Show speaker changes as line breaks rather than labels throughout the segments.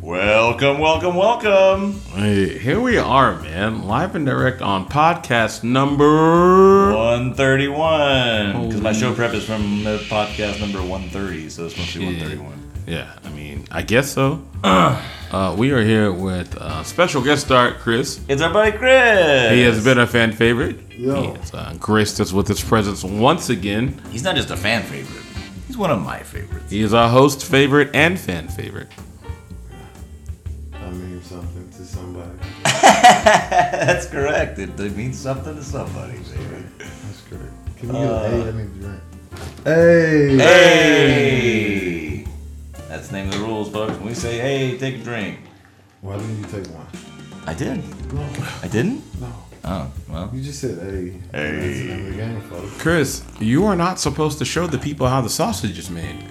Welcome, welcome, welcome.
Hey, here we are, man. Live and direct on podcast number.
131. Because my
Holy
show prep is from the podcast number 130, so this must be 131.
Yeah, I mean, I guess so. Uh, we are here with uh, special guest star Chris.
It's our buddy Chris.
He has been a fan favorite. He
Yo.
has uh, graced us with his presence once again.
He's not just a fan favorite, he's one of my favorites.
He is our host favorite and fan favorite.
I mean something to somebody.
That's correct. It, it means something to somebody, baby.
That's great. Can you get an A? I mean drink. Uh, Hey.
Hey! That's the name of the rules, folks. When we say, hey, take a drink.
Why didn't you take one?
I did.
No.
I didn't?
No.
Oh, well.
You just said hey. That's the name of the game, folks.
Chris, you are not supposed to show the people how the sausage is made.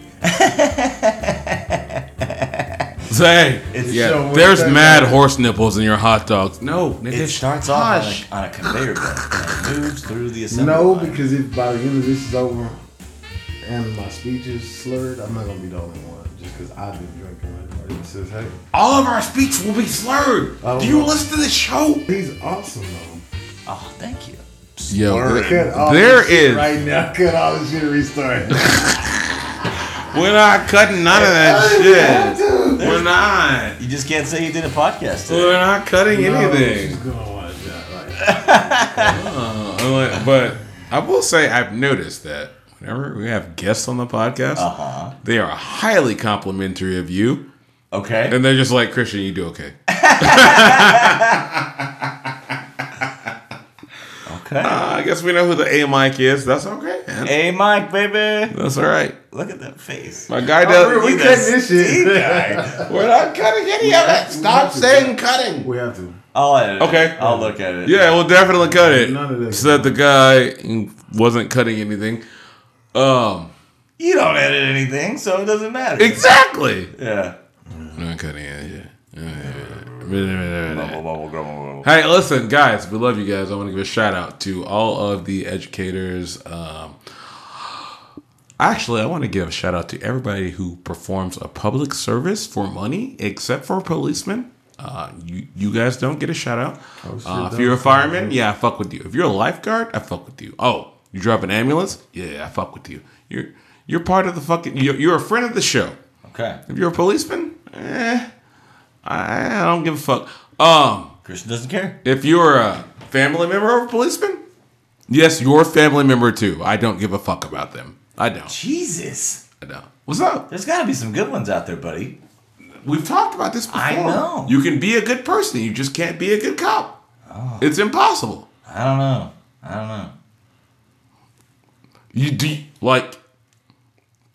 Say,
It's
yeah,
so weird
there's
that-
mad horse nipples in your hot dogs. No, nigga,
It starts off
hush.
on a, on a conveyor belt and it moves through the assembly
No,
line.
because if by the end of this is over and my speech is slurred, I'm not gonna be the only one. Just because I've been drinking. Like, everybody says hey.
All of our speech will be slurred.
I don't
Do you
know.
listen to the show?
He's awesome though.
Oh, thank you.
Yo,
Slurred.
Cut all
There
this shit
is-
right now. Cut all this shit and restart.
We're not cutting none of that shit.
Dude.
We're not.
You just can't say you did a podcast. today.
We're not cutting anything.
She's gonna watch that. Like,
Uh, I'm like- but I will say I've noticed that whenever we have guests on the podcast,
Uh-huh.
they are highly complimentary of you.
Okay.
And they're just like, Christian, you do okay. Uh,
Okay.
I guess we know who the A mic is. That's okay. man.
Hey, Mike, baby.
That's all right.
Look at that face.
My guy
we're-
does.
Oh, we
Look at
cutting this shit.
Steve guy.
We're not cutting any of it. Stop saying cutting.
we have to.
I'll edit it.
Okay.
I'll look at it.
Yeah, we'll definitely cut it.
None of that.
So that the guy wasn't cutting anything. Um,
You don't edit anything, so it doesn't matter.
exactly.
yeah.
Not cutting anything. Yeah.
Bubble, bubble, grumble, grumble.
Hey, listen, guys, we love you guys. I want to give a shout out to all of the educators. Um, actually, I want to give a shout out to everybody who performs a public service for money, except for policemen. Uh, you you guys don't get a shout out.
shit,
Uh, if
that
you're a
was-
fireman, yeah, I fuck with you. If you're a lifeguard, I fuck with you. Oh, you drop an ambulance, yeah, I fuck with you. You're you're part of the fucking. You're, you're a friend of the show.
Okay.
If you're a policeman, eh, I, I don't give a fuck. Um,
Christian doesn't care.
if you're a family member of a policeman, yes, you're a family member too. I don't give a fuck about them. I don't.
Jesus.
I don't. What's up?
There's got to be some good ones out there, buddy.
We've talked about this before.
I know.
You can be a good person. You just can't be a good cop.
Oh.
It's impossible.
I don't know. I don't know.
You do like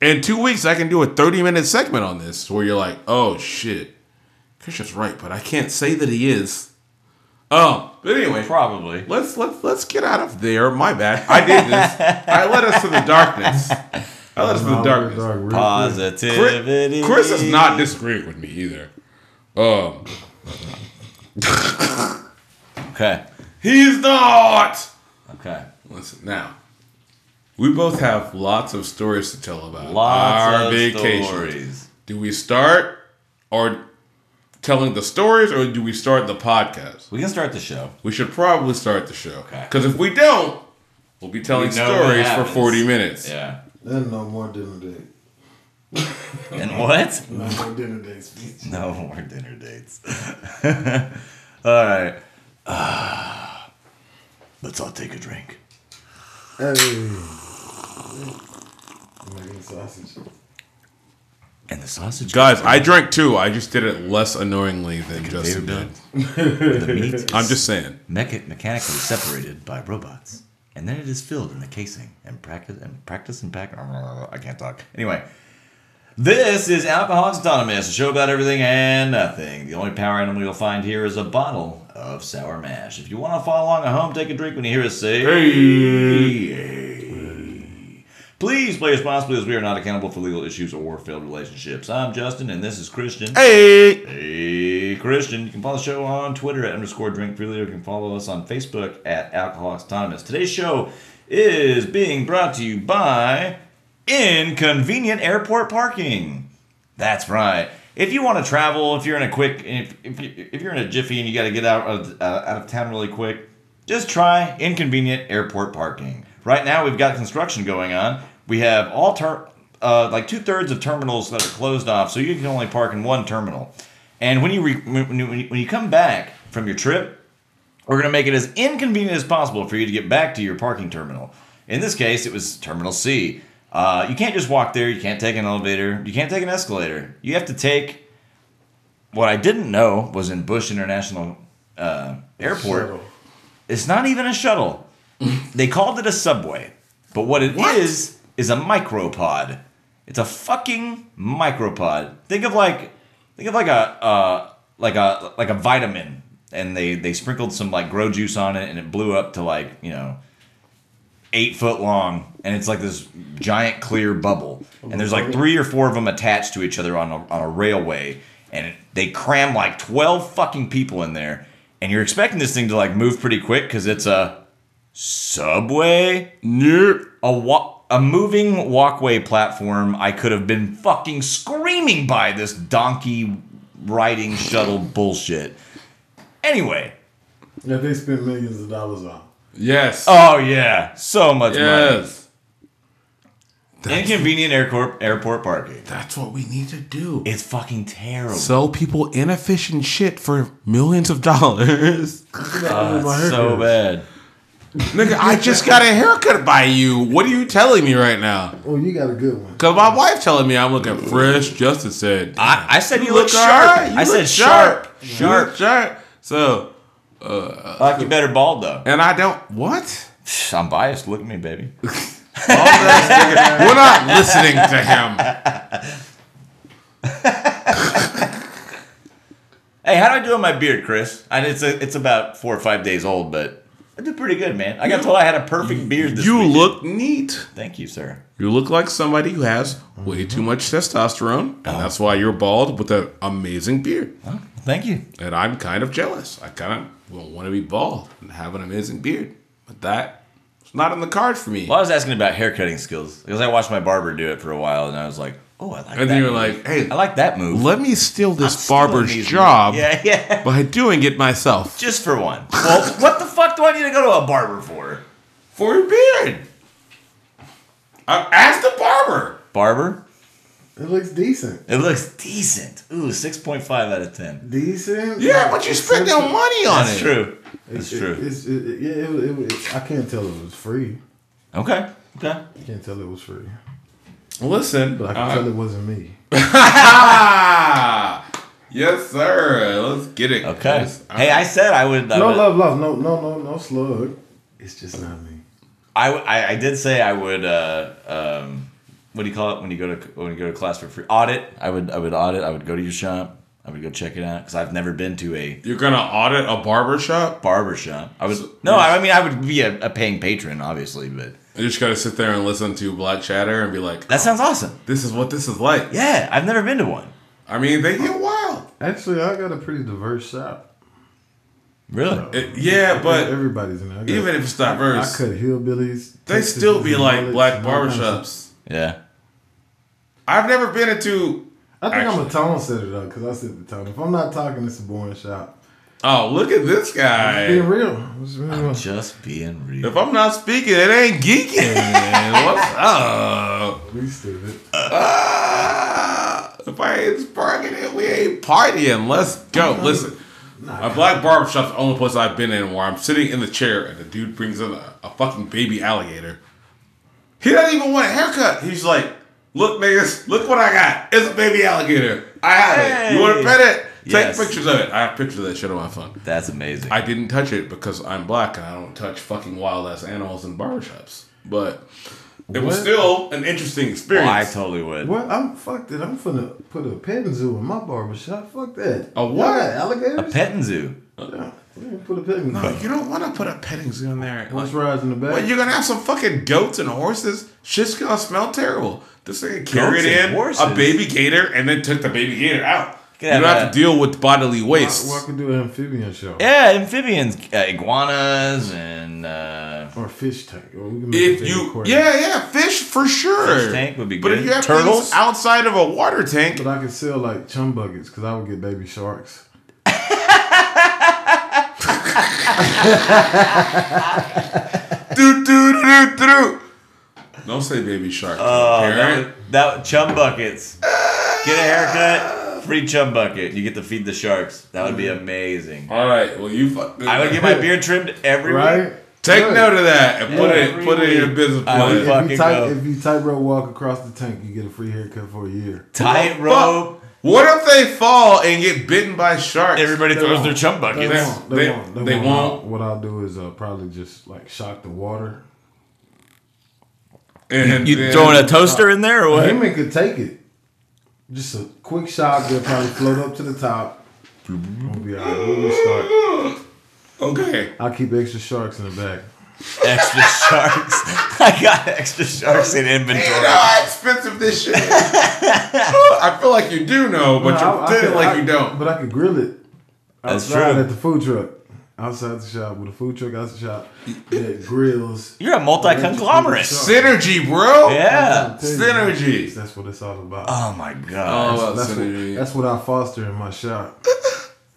in two weeks. I can do a thirty-minute segment on this where you're like, "Oh shit, Christian's right," but I can't say that he is. Oh, but anyway,
Probably.
Let's let's let's get out of there. My bad. I did this. I led us to the darkness. I led us to the darkness.
Dark, real quick.
Positivity.
Chris, Chris is not disagreeing with me either. Um,
Okay.
he's not.
Okay.
Listen now. We both have lots of stories to tell about
Lots
our
of
vacations.
stories.
Do we start or telling the stories, or do we start the podcast?
We can start the show.
We should probably start the show
Okay.
because if we don't, we'll be telling
We know what
stories for
happens.
forty minutes.
Yeah.
Then no more dinner date.
And what?
No more dinner date speech.
No more dinner dates. all right. let's all take a drink.
Hey. I'm Making sausage.
And the sausage.
Guys, I drank too. I just did it less annoyingly than Justin
conveyor
did.
belt. The meat is
I'm just saying.
mecha- mechanically separated by robots. And then it is filled in the casing and practice and practice and pack. I can't talk. Anyway, this is Alcoholics Anonymous, a show about everything and nothing. The only power animal you'll find here is a bottle of sour mash. If you want to follow along at home, take a drink when you hear us say. Please play responsibly as we are not accountable for legal issues or failed relationships. I'm Justin and this is Christian.
Hey,
Hey, Christian. You can follow the show on Twitter at underscore drink freely or you can follow us on Facebook at Alcoholics Anonymous. Today's show is being brought to you by Inconvenient Airport Parking. That's right. if you want to travel, if you're in a quick, if, if, you, if you're in a jiffy and you got to get out of uh, out of town really quick, just try inconvenient airport parking. Right now, we've got construction going on. We have all ter- uh, like two thirds of terminals that are closed off, so you can only park in one terminal. And when you re- when, you- when you come back from your trip, we're going to make it as inconvenient as possible for you to get back to your parking terminal. In this case, it was Terminal C. Uh, you can't just walk there. You can't take an elevator. You can't take an escalator. You have to take. What I didn't know was in Bush International uh, Airport.
Shuttle.
It's not even a shuttle. they called it a subway, but what it is
What?
is a micropod. It's a fucking micropod. Think of like think of like a uh, like a like a vitamin, and they they sprinkled some like grow juice on it, and it blew up to like you know eight foot long, and it's like this giant clear bubble, and there's like three or four of them attached to each other on a, on a railway, and they cram like twelve fucking people in there, and you're expecting this thing to like move pretty quick because it's a subway,
Nope.
a wa- a moving walkway platform. I could have been fucking screaming by this donkey riding shuttle bullshit. Anyway,
That they spend millions of dollars on.
Yes.
oh yeah, so much money.
yes.
Inconvenient airport airport parking.
That's what we need to do.
It's fucking terrible.
Sell people inefficient shit for millions of dollars.
Look at that, my hair
so
goes.
bad.
Nigga, I just got a haircut by you. What are you telling me right now?
Oh, you got a good one.
Cause my wife telling me I'm looking fresh. Justin said,
I, I said you, look,
all
sharp.
right. You
I
look
said sharp.
You look
Sharp.
sharp." So,
I like you better bald though.
and I don't what?
I'm biased. Look at me, baby.
All that nigga- We're not listening to him.
Hey, how do I do on my beard, Chris? And it's a, it's about four or five days old, but I did pretty good, man. I got told I had a perfect beard this
You
weekend.
look neat.
Thank you, sir.
You look like somebody who has way too much testosterone, and that's why you're bald with an amazing beard.
Thank you.
And I'm kind of jealous. I kind of want to be bald and have an amazing beard, but that is not in the cards for me.
Well, I was asking about haircutting skills because I watched my barber do it for a while, and I was like, oh, I like. that
And then you're
move.
like, "Hey,
I like that move.
let me steal this
Stealing
barber's
these-
job
Yeah, yeah.
by doing it myself
Just for one. Well, what the fuck do I need to go to a barber for?
for your beard. I asked the barber.
Barber?
It looks decent.
It looks decent. Ooh, 6.5 out of 10.
Decent.
Yeah, but you
It's
spent no
simple.
money on
That's
it.
true.
It's
That's true.
It's, it, it, yeah, it, it, it, I can't tell it was free.
Okay. Okay.
I can't tell it was free.
Listen,
But I can
uh,
tell it wasn't me.
ah, yes, sir. Let's get it.
Okay.
Yes,
Hey, I said I would. I,
No
would-
love, love. No, no, no, no slug. It's just not me.
I, would- I I did say I would. Uh, um, what do you call it when you go to when you go to class for free audit? I would I would audit. I would go to your shop. I would go check it out because I've never been to a
You're gonna audit a barber shop.
barber shop. I was no. I, I mean I would be a, a paying patron, obviously, but
You just gotta sit there and listen to Black Chatter and be like,
that sounds awesome.
"This is what this is like."
Yeah, I've never been to one.
I mean, they get wild.
Actually, I got a pretty diverse shop.
Really?
It- yeah, but
everybody's in there. I got,
even if it's diverse,
I cut hillbillies,
they
Texas
still be
and
like
mullets
black
and all kinds of-
barbershops.
Yeah.
I've never been into.
I think I'm
Actually.
a tone setter though, because I set the tone. If I'm not talking, it's a boring shop.
Oh, look at this
Being
guy.
real, It's being real.
Just being real.
If I'm not speaking, it ain't geeking. man. What's up?
we stupid.
Ah, if I ain't sparking it, we ain't partying. Let's go. Listen, a black barbershop's the only place I've been in where I'm sitting in the chair and the dude brings in a, a fucking baby alligator. He doesn't even want a haircut. He's like, look, niggas, look what I got. It's a baby alligator. I have it. You want to
Hey.
pet it? Take
Yes.
pictures of it. I have pictures of that shit on my phone.
That's amazing.
I didn't touch it because I'm black and I don't touch fucking wild ass animals in barbershops. But it was
What?
still an interesting experience.
Oh, I totally would.
Well, I'm fucked it. I'm finna put a petting zoo in my barbershop. Fuck that.
A
Y'all
what?
got alligators?
A petting zoo.
Yeah, we can put a petting zoo.
But you don't want to put a petting zoo in there.
Let's
Like,
rise in the back.
well, you're gonna have some fucking goats and horses. Shit's gonna smell terrible. This nigga
Goats
carried
and
in
horses?
a baby gator and then took the baby gator out.
Can
You don't
have
have
a-
to deal with bodily waste.
Well, I could do an amphibian show.
Yeah, amphibians, uh, iguanas, and uh,
Or a fish tank. Or we can make a
If
big
you,
aquarium.
yeah, yeah, fish for sure.
Fish tank would be
But
good.
if you have
Turtles?
things outside of a water tank,
But I could sell like chum buckets because I would get baby sharks.
do, do, do, do, do. don't say baby shark.
oh,
parent.
that, that chum buckets. Get a haircut, free chum bucket. You get to feed the sharks. That would be amazing.
All right, well you. Fuck,
I would get my beard trimmed every
Right?
week.
Take
Look,
note of that and put
every
it put it in your
week.
business
I
plan.
would fuck-
If
Fucking
you,
go.
tight, if you tightrope walk across the tank, you get a free haircut for a year.
Tightrope.
Fuck. What if they fall and get bitten by sharks?
Everybody throws their chum
They
buckets.
won't. They,
they-
won't. They,
they
won't.
won't.
What I'll do is uh, probably just like shock the water.
and then-
toaster in there or
A human could take it. Just a quick shock. They'll probably float up to the top. We'll be all right. We'll start.
Okay.
I'll keep extra sharks in the back.
Extra sharks. I got extra sharks in
You
inventory.
know how expensive this shit is. I feel like you do know, but you
No, I- I
feel
could-
like
I-
you don't.
But I could grill it.
That's
outside
true.
At the food truck. Outside the shop with a food truck outside the shop that grills.
You're a multi conglomerate.
Synergy, bro.
Yeah.
Synergy.
That's what it's all about.
Oh my god.
Oh,
that's,
synergy.
what, that's what I foster in my shop.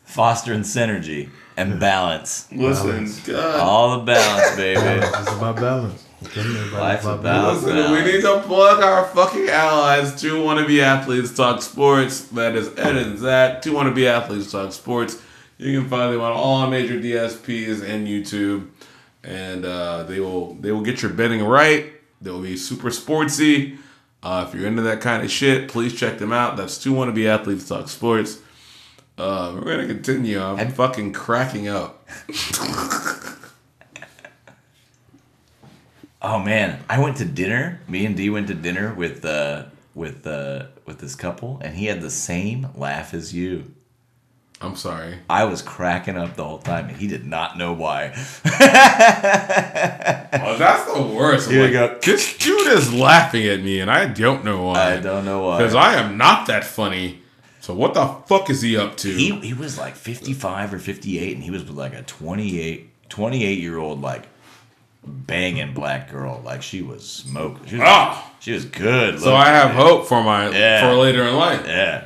Fostering synergy and balance.
Listen, God.
All the balance, baby.
It's about balance. Everybody's
Life's
about
a
balance.
Listen, we need to plug our fucking allies. Two wanna be athletes talk sports. That is Ed and Zach. Two wanna be athletes talk sports. You can find them on all major DSPs and YouTube, and uh, they will they will get your betting right. They'll be super sportsy. Uh, if you're into that kind of shit, please check them out. That's two wanna be athletes talk sports. Uh, we're gonna continue. I'm fucking cracking up.
Oh man, I went to dinner. Me and D went to dinner with uh with uh with this couple, and he had the same laugh as you.
I'm sorry.
I was cracking up the whole time, and he did not know why.
Oh, that's the worst. I'm
Here
like,
you go.
This dude is laughing at me, and I don't know why.
I don't know
Because
why.
I am not that funny. So what the fuck is he up to?
He he was like 55 or 58, and he was with like a 28 28 year old like banging black girl. Like she was smoking. She was,
ah,
she was good.
so I have hope for my
Yeah.
for later in life.
Yeah.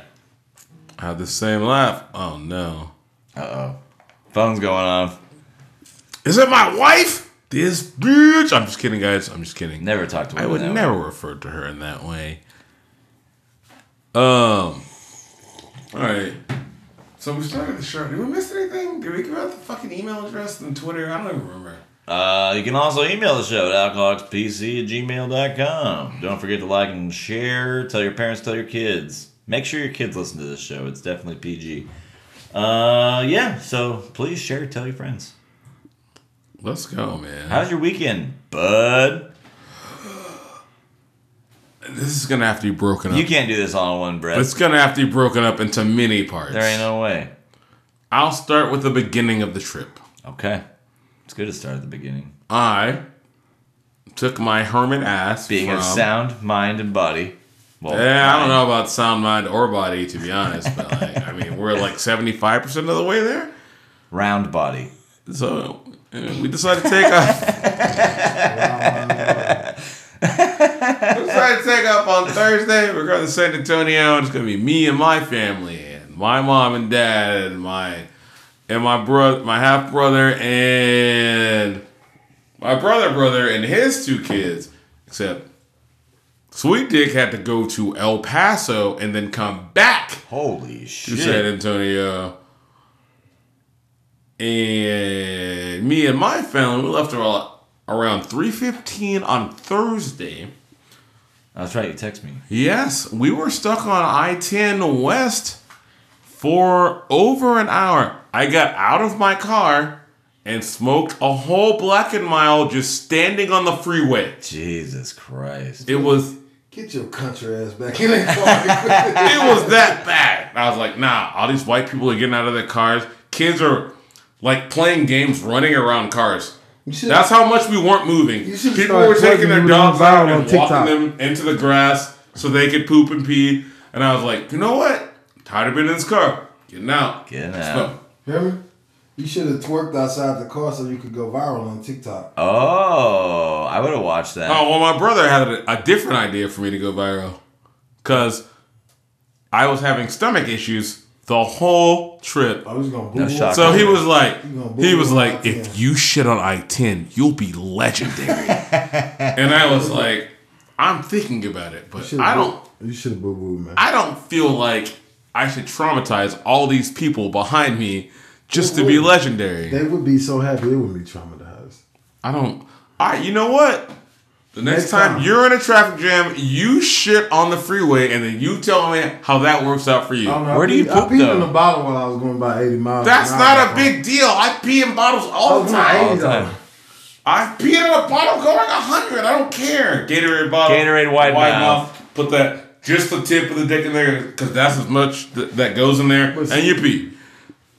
I have the same laugh. Oh no,
Uh oh. Phone's going off.
is it my wife? This bitch. I'm just kidding, guys. I'm just kidding.
Never talked to.
I
women
would
that way.
never refer to her in that way. Um. All right. So we started the show. Did we miss anything? Did we give out the fucking email address and Twitter? I don't even remember.
Uh, you can also email the show at alcoholicspc at gmail.com. Don't forget to like and share. Tell your parents, tell your kids. Make sure your kids listen to this show. It's definitely PG. Uh, yeah, so please share, tell your friends.
Let's go, man.
How's your weekend, bud?
This is gonna have to be broken up.
You can't do this all in one breath.
It's gonna have to be broken up into many parts.
There ain't no way.
I'll start with the beginning of the trip.
Okay. It's good to start at the beginning.
I took my hermit ass
Being
from,
of sound mind and body. Well,
Yeah, I don't know about sound mind or body to be honest, but like, I mean, we're like seventy five percent of the way there.
Round body.
So uh, we decided to take off. we decided to take off on Thursday. We're going to San Antonio. and It's going to be me and my family, and my mom and dad, and my and my bro, my half brother, and my brother brother and his two kids. Except Sweet Dick had to go to El Paso and then come back
Holy
to
shit.
San Antonio. And me and my family, we left around around 3.15 on Thursday.
That's right, you text me.
Yes, we were stuck on I-10 West for over an hour. I got out of my car and smoked a whole black and mild just standing on the freeway.
Jesus Christ.
It was
Get your country ass back in that car.
it was that bad. I was like, nah, all these white people are getting out of their cars. Kids are like playing games, running around cars.
You should-
That's how much we weren't moving.
You should
People
start
were taking
plugging
their
you
dogs
down
out
on
and
TikTok.
walking them into the grass so they could poop and pee. And I was like, you know what? Tired of being in this car. Getting out.
Getting
Let's
out.
go.
Hear me? You should have twerked outside the car so you could go viral on TikTok.
Oh, I would have watched that.
Oh well, my brother had a, a different idea for me to go viral, cause I was having stomach issues the whole trip.
I was Oh, gonna
No
blue
shock.
So he was like, he was like,
Yeah.
if you shit on I ten, you'll be legendary. and I was like, I'm thinking about it, but I don't,
You should have boo boo, man.
I don't feel like I should traumatize all these people behind me just to be legendary.
they would be so happy they would be traumatized.
I don't. I, you know what? The next,
Next
time,
time.
you're in a traffic jam, you shit on the freeway, and then you tell me how that works out for you.
I don't know, I
Where do you
peed-
poop,
I peed
though?
in the bottle while I was going by eighty miles.
That's
an
not
hour.
a big deal. I pee in bottles all
Oh,
the
no, I
time.
All the time.
I peed in a bottle going 100. I don't care. Gatorade bottle.
Gatorade wide mouth.
Put that, just the tip of the dick in there, because that's as much th- that goes in there.
Listen.
And you pee.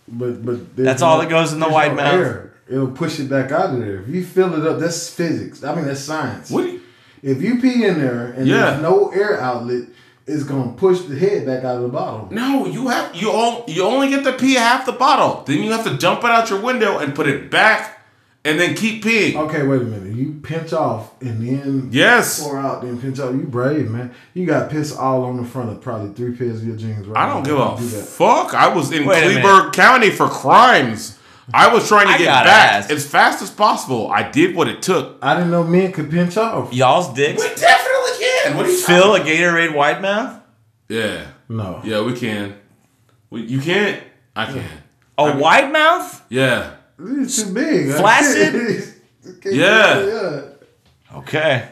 But but there's
That's all that goes in the
there's
wide mouth.
air. It'll push it back out of there. If you fill it up, that's physics. I mean that's science.
What? do you-
If you pee in there and
Yeah.
there's no air outlet, it's gonna push the head back out of the bottle.
No, you have you all you only get to pee half the bottle. Then you have to dump it out your window and put it back, and then keep peeing.
Okay, wait a minute. You pinch off and then
Yes.
pour out, then pinch off. You brave man. You got piss all on the front of probably three pairs of your jeans. Right
I don't
now.
give
You do
a
that.
fuck. I was in
Wait a
Cleburne County for crimes. I was trying
I
to get
gotta
back
ask.
as fast as possible. I did what it took.
I didn't know men could pinch off.
Y'all's dicks
definitely can. What do you
fill a Gatorade wide mouth?
Yeah,
No.
yeah, we can. We, you can't. I can.
A wide mouth?
Yeah.
It's too big.
Flaccid?
Okay,
Yeah.
yeah.
Okay.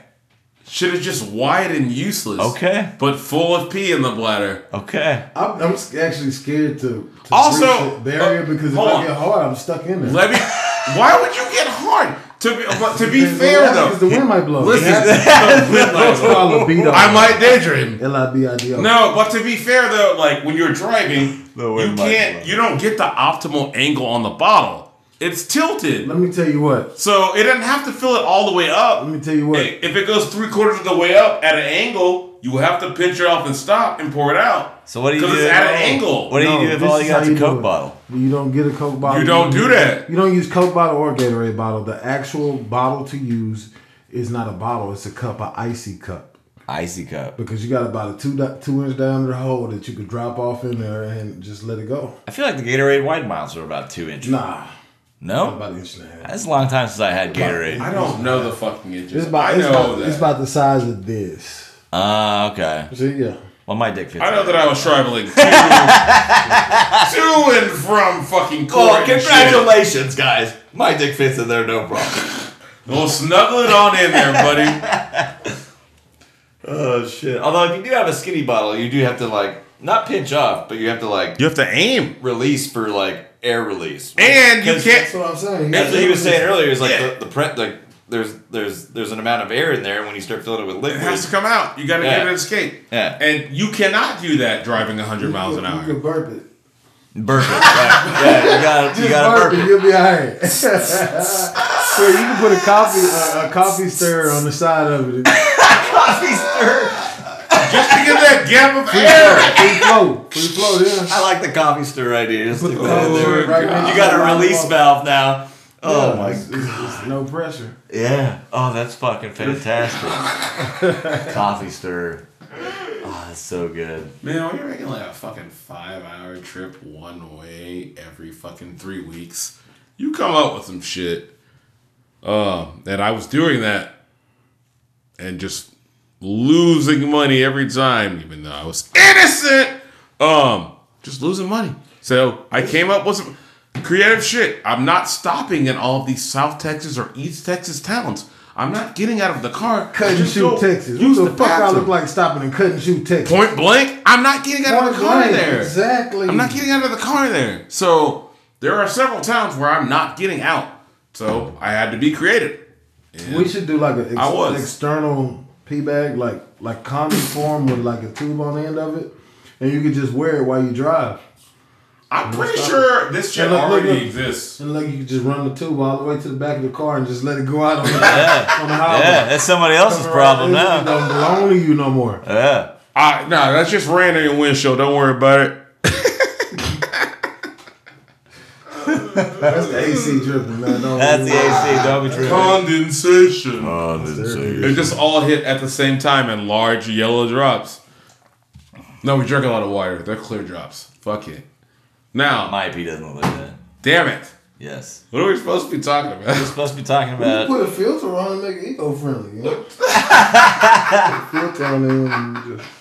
Shit is just wide and useless.
Okay.
But full of pee in the bladder.
Okay.
I'm, I'm s- actually scared to, to
Also-
breach that barrier
uh,
because if
hold
I
on.
get hard, I'm stuck in there.
Let me. why would you get hard? To be, but to be
Because the-
fair
because the
though,
wind might blow.
listen.
It's called a beat
I might daydream.
L I B I D O.
No, but to be fair though, like when you're driving,
The wind
you
might
can't.
blow.
You don't get the optimal angle on the bottle. It's tilted,
Let me tell you what.
so it doesn't have to fill it all the way up.
Let me tell you what.
Hey, If it goes three quarters of the way up at an angle, you have to pinch it off and stop and pour it out.
So what do you do?
Because it's
if
at
all-
an angle.
What do
No,
you do if
this
all you
is
got
how
is a
do
Coke
it.
bottle?
You don't get a Coke bottle.
You don't do
use-
that.
You don't use Coke bottle or Gatorade bottle. The actual bottle to use is not a bottle. It's a cup, a icy cup.
Icy cup.
Because you got about a two di- two inch diameter hole that you could drop off in there and just let it go.
I feel like the Gatorade wide mouths are about two inches.
Nah,
No?
about an inch and a half.
That's a long time since I had Gatorade.
I don't know the fucking inches.
It's about,
I
it's,
know
about,
that.
it's about the size of this.
Ah, okay.
So yeah.
Well, my dick fits.
I know
in.
that I was traveling to, to and from fucking court.
Oh,
and shit.
congratulations, guys. My dick fits in there, no problem.
Well, snuggle it on in there, buddy.
oh, shit. Although, if you do have a skinny bottle, you do have to, like, not pinch off, but you have to, like,
You have to aim.
release for, like, air release.
And you
Because-
can't.
That's what I'm saying. You
That's what
gotta-
he was saying earlier. Is like
Yeah.
the, the print, like there's there's there's an amount of air in there, and when you start filling it with
It has
liquid,
to come out. You got to
Yeah.
give it an escape.
Yeah.
And you cannot do that driving 100 miles
you,
an
could- You
hour.
could burp it.
burp it. Right. Yeah, you got you
Just
got to
burp,
burp
it.
it.
You'll be alright. so you can put a coffee a, a coffee stirrer on the side of it.
Coffee stir.
Just to get that gap of air.
Free flow, free flow. Yeah.
I like the coffee stir idea. Just
Put
throw
the
that in
coffee
Oh.
there.
stirrer right next
You
to
got
the
a
bottle.
release valve now. Oh
Yeah,
my.
it's- it's- it's No pressure.
Yeah. Oh, that's fucking fantastic. coffee stir. Oh, that's so good.
Man, when you're making like a fucking five hour trip one way every fucking three weeks, you come up with some shit. Uh, and I was doing that and just losing money every time, even though I was innocent. Um, just losing money. So I came up with some creative shit. I'm not stopping in all of these South Texas or East Texas towns. I'm not getting out of the car.
Cut and
Just go
shoot Texas. What
use
the fuck I
bathroom.
look like stopping and cut and shoot Texas?
Point blank, I'm not getting out of the
Point
car
blank,
there.
Exactly.
I'm not getting out of the car there. So there are several towns where I'm not getting out. So I had to be creative. And
We should do like an
I was.
ex- external pee bag, like like condom form with like a tube on the end of it, and you could just wear it while you drive,
I'm pretty sure this shit
Hey, look, look,
already
look.
exists.
and like you could just run the tube all the way to the back of the car and just let it go out on the, on the highway.
Yeah, that's somebody else's problem
It
now.
Don't belong to you no more.
Yeah.
I no, that's just rain on your windshield. Don't worry about it.
That's the AC dripping, man. Don't
That's the AC. Don't be tripping.
Condensation.
AC.
Uh, It just all hit at the same time in large yellow drops. No, we drink a lot of water. They're clear drops. Fuck it. Now,
My pee doesn't look like that.
damn it.
Yes.
What are we supposed to be talking
We're
about?
supposed to be talking
You
about.
put a filter on and make it eco-friendly. You know? Put a filter on it and just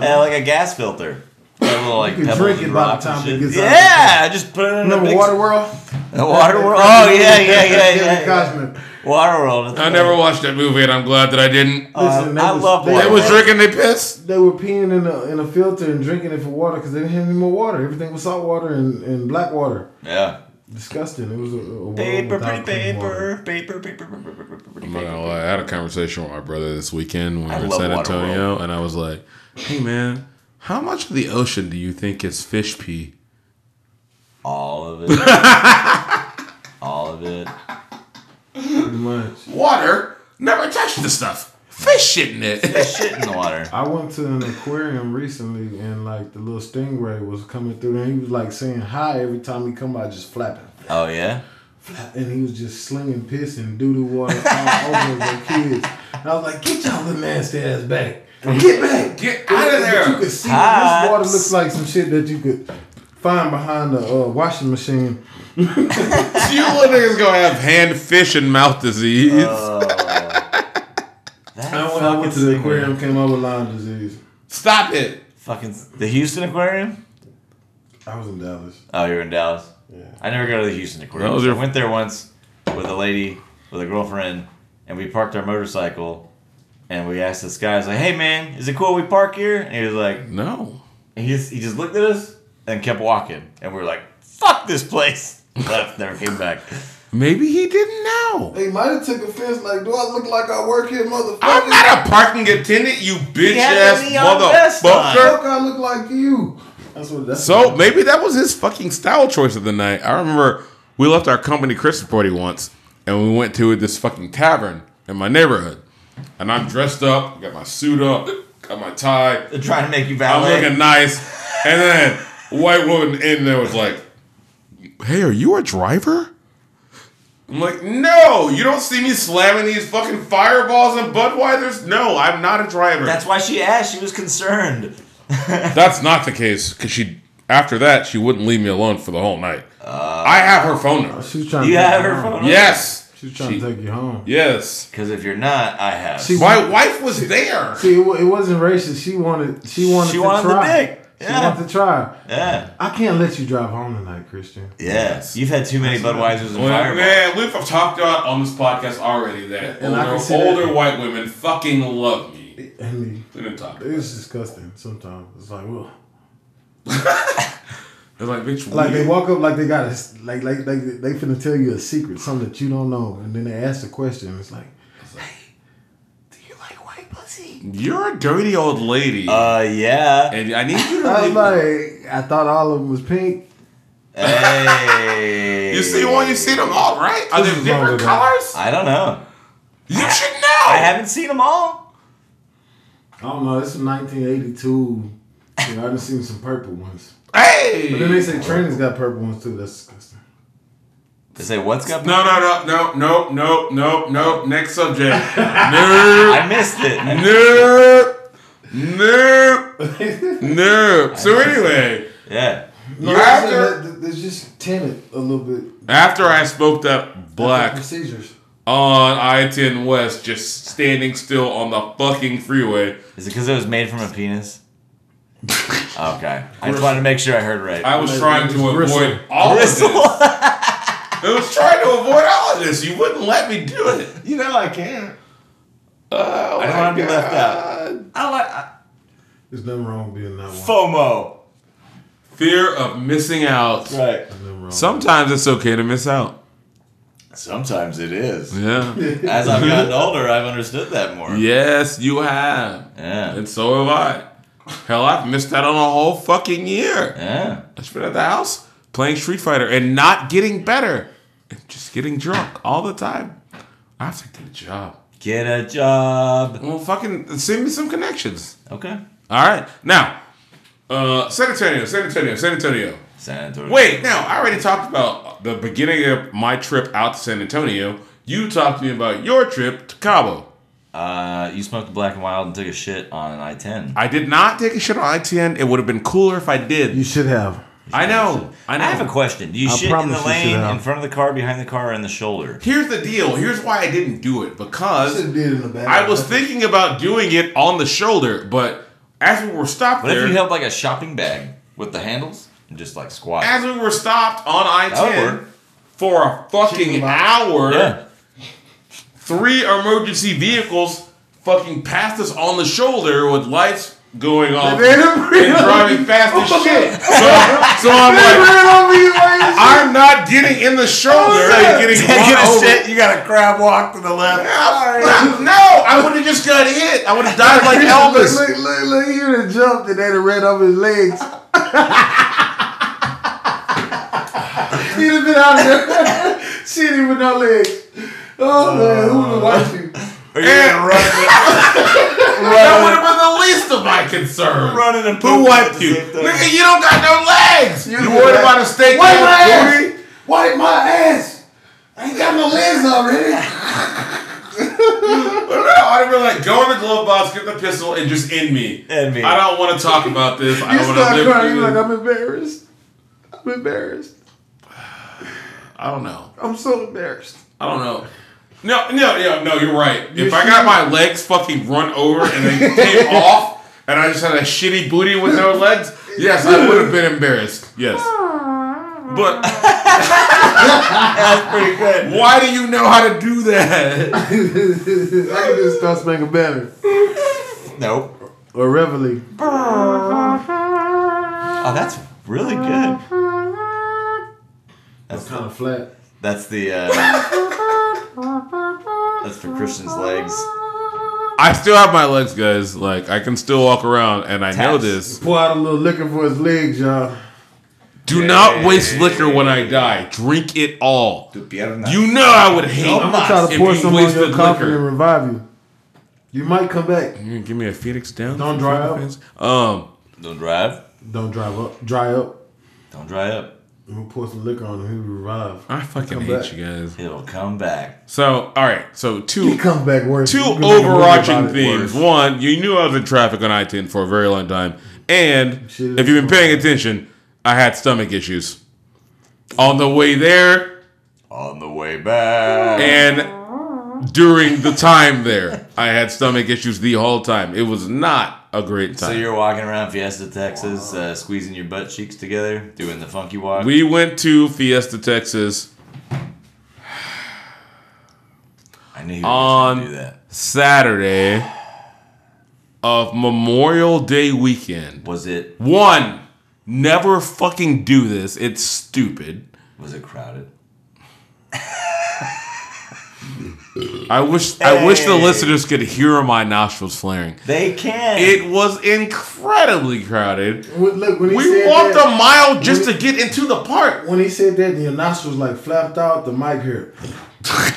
Yeah, like a gas filter. A little, like,
You can
pebbles
drink
and
it by the
rocks and
time it
shit.
gets out of
Yeah, just put it in a
remember
big
Water World.
The water world. Oh yeah, yeah, yeah, yeah. yeah.
Cosmic.
Water world.
I never watched that movie and I'm glad that I didn't.
Oh, I-
Listen,
I
that was-
love
that
They
water.
was
World.
drinking they piss.
They were peeing in a in a filter and drinking it for water because they didn't have any more water. Everything was salt water and, and black water.
Yeah.
Disgusting. It was a, a world
Paper, pretty
without clean water.
paper, paper, paper, paper, paper, pretty
I'm not gonna
paper.
lie. I had a conversation with my brother this weekend when
I
we were in
love
San
Waterworld.
Antonio, and I was like, "Hey man, how much of the ocean do you think is fish pee?"
All of it. All of it.
Pretty much.
Water never touched the stuff. Fish shitting it.
Shit in the water.
I went to an aquarium recently and like the little stingray was coming through and he was like saying hi every time he come out, just flapping.
Oh yeah.
and he was just slinging piss and doo doo water all over the kids. And I was like, get y'all the nasty ass back. Get back.
Get out of
But You
there.
could see
Hi.
that this water looks like some shit that you could find behind the uh, washing machine.
You little niggas gonna have hand, fish, and mouth disease.
Uh. That
And when I went
fucking
to the
thing.
aquarium, came out with Lyme disease.
Stop it.
Fucking the Houston Aquarium.
I was in Dallas.
Oh, you're in Dallas.
Yeah.
I never go to the Houston Aquarium.
That was your-
I went there once with a lady, with a girlfriend, and we parked our motorcycle. And we asked this guy, I was like, "Hey man, is it cool we park here?" And he was like,
No.
And he just he just looked at us and kept walking, and we were like, "Fuck this place!" Left, never came back.
Maybe he didn't know.
They might have took offense. Like, do I look like I work here, motherfucker?
I'm not a parking attendant, you bitch
had
ass
the neon vest on.
motherfucker.
Fuck, I look like you. That's what that's.
So maybe that was his fucking style choice of the night. I remember we left our company Christmas party once, and we went to this fucking tavern in my neighborhood. And I'm dressed up, got my suit up, got my tie,
They're trying to make you
I'm
valid.
looking nice. And then white woman in there was like, Hey, are you a driver? I'm like, no, you don't see me slamming these fucking fireballs and Budweiser's? No, I'm not a driver.
That's why she asked. She was concerned.
That's not the case, because she after that she wouldn't leave me alone for the whole night. I have her phone number.
She's trying.
You
to
have
take you
her
home.
phone.
Yes.
She's trying to take you home.
Yes.
Because if you're not, I have.
She-
My wife was there.
See, it, wa- it wasn't racist. She wanted. She wanted.
She
to
wanted the
try.
dick. Yeah.
She wanted to try.
yeah.
I can't let you drive home tonight, Christian.
Yes. You've had too many Budweisers and
Well,
Fireballs.
man, we've talked about on this podcast already that
And I can
older,
see that.
older white women fucking love me.
I mean,
We didn't talk.
it's disgusting. Sometimes it's like, well,
They're like, bitch,
like
we-
they walk up like they got a s like like like they finna tell you a secret, something that you don't know, and then they ask the question. It's like,
Do you like white pussy?
you're a dirty old lady,
Uh, yeah.
and I need you to
I was
leave.
like, I thought all of them was pink.
hey.
you see one, you see them all, right? Are
This
they
is wrong
different
with that.
colors?
I don't know.
You should know.
I haven't seen them all.
I don't know. It's from 1982. You know, I done seen some purple ones.
Hey.
But then they say training's got purple ones too. That's disgusting.
They say what's got.
No, no, no, no, no, no, no, no. Next subject. Nope.
I missed it.
Nope. Nope. Nope. So anyway,
Yeah.
No,
You
I'm
have
saying that- that- it's just tinted a little bit.
after I smoked that
After
black
procedures.
on I-10 West, just standing still on the fucking freeway,
Is it because it was made from a penis? okay. I just wanted to make sure I heard right.
I was
Like,
trying to
just bristle.
avoid all of this.
Bristle.
I was trying to avoid all of this. You wouldn't let me do it.
you know I can't.
Oh,
I don't
my
want to be left
God.
out. I don't like I,
There's nothing wrong with being that one.
FOMO.
Fear of missing out.
Right.
There's nothing wrong.
Sometimes it's okay to miss out.
Sometimes it is.
Yeah.
As I've gotten older, I've understood that more.
yes, you have.
Yeah.
And so have I. Hell, I've missed out on a whole fucking year.
Yeah.
I've been at the house playing Street Fighter and not getting better. And just getting drunk all the time. I have to get a job.
Get a job.
Well, fucking send me some connections.
Okay.
All right. Now, uh, San Antonio, San Antonio, San Antonio.
San Antonio.
Wait, now I already talked about the beginning of my trip out to San Antonio. You talked to me about your trip to Cabo.
Uh, you smoked black and wild and took a shit on an I-10.
I did not take a shit on ITN. It would have been cooler if I did.
You should have.
I know. I know.
I have a question. Do you
I
shit in
promise
the
you
lane,
should have.
in front of the car, behind the car, or in the shoulder?
Here's the deal. Here's why I didn't do it
You should
because
have did it in the back.
I was thinking about doing it on the shoulder, but as we were stopped
What
there,
if you held like a shopping bag with the handles and just like squat?
as we were stopped on
That would
I-10
work.
for a fucking
Chicken box.
hour,
Yeah.
three emergency vehicles fucking passed us on the shoulder with lights going off
They
and
done ran over
driving
you.
fast as shit. So, so
They
I'm like,
ran over you like this.
I'm not getting in the shoulder and getting run over.
You gotta crab walk to the left.
No, no, I would have just got hit. I would have died like Elvis.
Look, look, look, look, he would have jumped and they'd have ran over his legs. He'd have been out there shitting with no legs. Oh man, who would have watched you?
Or you're gonna run,
That would have been the least of my concern.
running and
Who
pooping at
wiped
the
you?
same time.
Nigga, you don't got no legs. You,
did
worried
that.
about a steak
Wipe my
and a
ass!
booty?
Wipe my ass! I ain't got no legs already.
No, I'd have been like, go in the glove box, get the pistol, and just end me.
End me.
I don't want to talk about this. I
You
don't want to
start
live
crying,
through
you're like,
this.
I'm embarrassed. I'm embarrassed.
I don't know.
I'm so embarrassed.
I don't know. No, no, no, no, you're right. If I got my legs fucking run over and they came off and I just had a shitty booty with no legs, yes, I would have been embarrassed. Yes. But
That's pretty good.
why do you know how to do that?
I can just start spanking banner.
Nope.
Or Reveille.
Oh, that's really good. That's
Kind of flat.
that's the uh, that's for Christian's legs.
I still have my legs, guys. Like, I can still walk around and I know
Taps.
this.
Pour out a little liquor for his legs, y'all.
Do not waste liquor when I die. Drink it all.
You
You know I would hate
I'm gonna try to
if
pour
you
some on
wasted
your coffin
liquor. Mm-hmm.
and revive you. You might come back.
You gonna give me a Phoenix down?
Don't dry up.
Um,
don't drive.
Don't drive up. Dry up.
Don't dry up.
I'm gonna pour some liquor on him. He'll revive.
I fucking
Come
hate
back.
you guys.
It'll come back.
So, all right. So
He
two
come back worse.
two
You can make a movie
overarching
about it.
themes.
Worse.
One, you knew I was in traffic on I-10 for a very long time, and
Shit.
if you've been paying attention, I had stomach issues on the way there
On the way back.
and during the time there. I had stomach issues the whole time. It was not a great
So
time.
you're walking around Fiesta, Texas, uh, squeezing your butt cheeks together, doing the funky walk.
we went to Fiesta, Texas
I knew you
On-
were going to do that.
Saturday of Memorial Day weekend.
Was it
One, never fucking do this. It's stupid.
was it crowded?
I wish I wish the
Hey.
listeners could hear my nostrils flaring.
They can.
It was incredibly crowded.
When- Look, when he
We
said
walked
that,
a mile just to get into the park.
When he said that, your nostrils like flapped out. The mic here.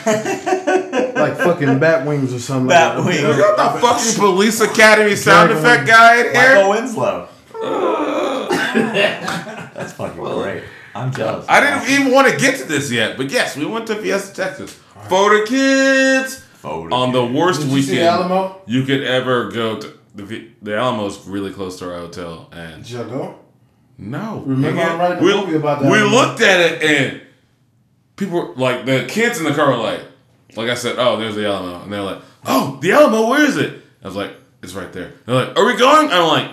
like fucking bat wings or something.
Bat
like that.
Was that the fucking police academy sound
Gargling.
effect guy in
Michael
here?
Winslow. That's fucking great. I'm jealous.
I didn't even want to get to this yet, but yes, we went to Fiesta, Texas. For the kids
Photo
on the worst
Did you
weekend
see the Alamo?
you could ever go to. The, Fi- the Alamo's really close to our hotel, and
Did y'all go?
No.
Remember
nigga.
I write a
we,
movie about that.
We looked at it and people were, like the kids in the car were like, like I said, oh, there's the Alamo, and they're like, oh, the Alamo, where is it? I was like, it's right there. They're like, are we going? And I'm like,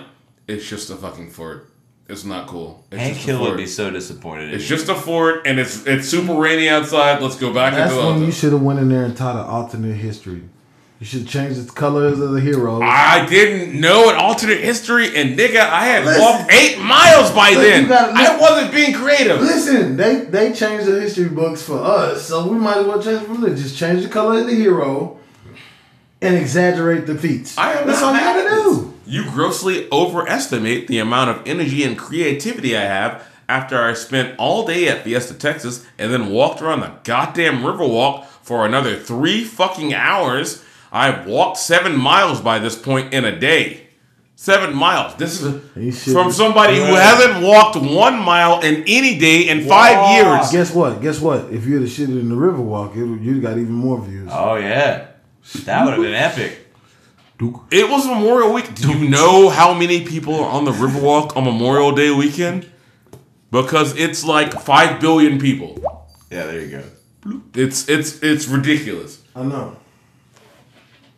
it's just a fucking fort. It's not cool. It's
Hank
just
Hill
a fort.
would be so disappointed.
it's
If
just a fort, and it's it's super rainy outside. Let's go back
That's
into the
when you
hotel.
should have went in there and taught an alternate history. You should change the colors of the heroes.
I didn't know an alternate history, and nigga, I had
Listen.
walked eight miles by
Listen,
then.
you gotta
I wasn't being creative.
Listen, they they changed the history books for us, so we might as well change from there. Just change the color of the hero and exaggerate the feats.
I am
That's
not
all you
mad
gotta
at
do.
this. You grossly overestimate the amount of energy and creativity I have after I spent all day at Fiesta, Texas, and then walked around the goddamn Riverwalk for another three fucking hours. I've walked seven miles by this point in a day. Seven miles. This is
He should
from
be-
somebody who hasn't walked one mile in any day in five years.
Guess what? Guess what? If you would have shitted in the Riverwalk, it, you'd got even more views.
Uh,
Oh yeah, that would have been epic.
It was Memorial Week. Do you know how many people are on the Riverwalk on Memorial Day weekend? Because it's like five billion people.
Yeah, there you go.
It's it's it's ridiculous.
I know.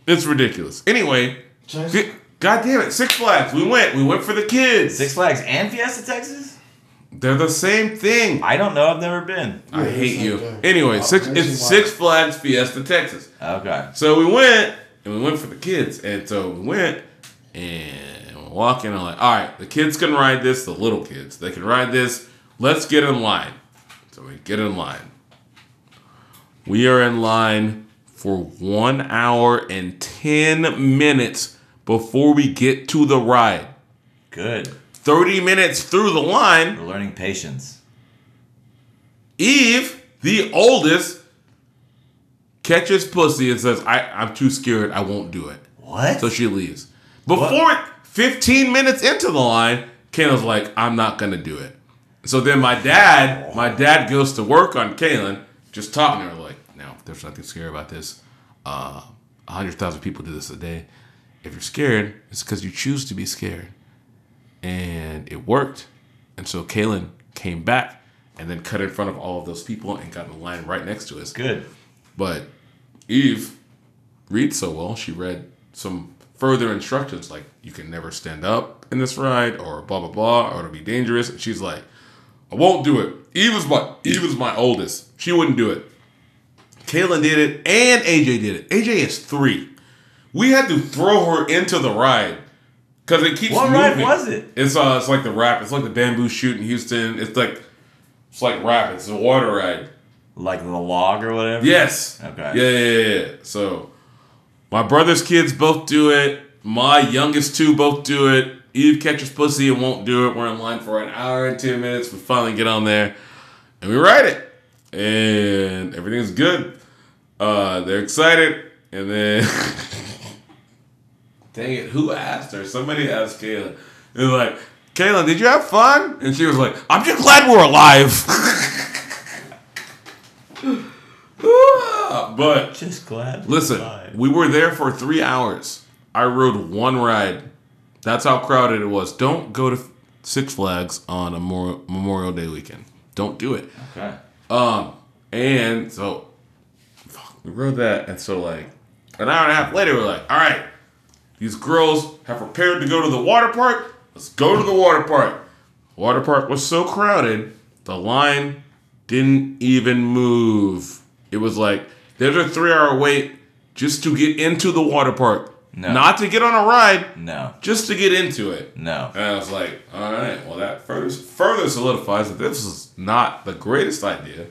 It's ridiculous. Anyway,
Change-
g- God damn it, Six Flags. We went. We went for the kids.
Six Flags and Fiesta Texas.
They're the same thing.
I don't know. I've never been.
I
Yeah,
hate
same
you.
thing.
Anyway, six it's
nationwide.
Six Flags Fiesta Texas.
Okay.
So we went and we went for the kids. And so we went and we're walking. I'm like, all right, the kids can ride this, the little kids. They can ride this. Let's get in line. So we get in line. We are in line for one hour and 10 minutes before we get to the ride.
Good.
30 minutes through the line,
We're learning patience.
Eve, the oldest, catches pussy and says, I, I'm too scared. I won't do it.
What?
So she leaves. Before 15 minutes into the line, Kaylin's like, I'm not gonna do it. So then my dad, my dad goes to work on Kaylin, just talking to her like, now there's nothing scary about this. Uh, 100,000 people do this a day. If you're scared, it's because you choose to be scared. And it worked. And so Kaylin came back and then cut in front of all of those people and got in the line right next to us.
Good.
But Eve reads so well, she read some further instructions like you can never stand up in this ride or blah blah blah or it'll be dangerous. And she's like, I won't do it. Eve is my Eve is my oldest. She wouldn't do it. Kaylin did it and AJ did it. AJ is three. We had to throw her into the ride. Cause it keeps
What
moving.
ride was it?
It's uh it's like the rap. It's like the bamboo shoot in Houston. It's like it's like rap. It's a water ride.
Like the log or whatever.
Yes.
Okay.
Yeah, yeah, yeah, yeah. So my brother's kids both do it. My youngest two both do it. Eve catches pussy and won't do it. We're in line for an hour and ten minutes. We finally get on there, and we ride it, and everything's good. Uh, they're excited, and then dang it, who asked her? Somebody asked Kayla. They're like, Kayla, did you have fun? And she was like, I'm just glad we're alive. but
Just glad. we
Listen,
survived.
we were there for three hours. I rode one ride. That's how crowded it was. Don't go to Six Flags on a Mor- Memorial Day weekend. Don't do it.
Okay.
Um, and so fuck, we rode that, and so like an hour and a half later, we're like, all right, these girls have prepared to go to the water park. Let's go to the water park. Water park was so crowded, the line didn't even move. It was like there's a three-hour wait just to get into the water park,
No.
not to get on a ride,
No.
just to get into it.
No.
And I was like, all right, well, that further, further solidifies that this is not the greatest idea.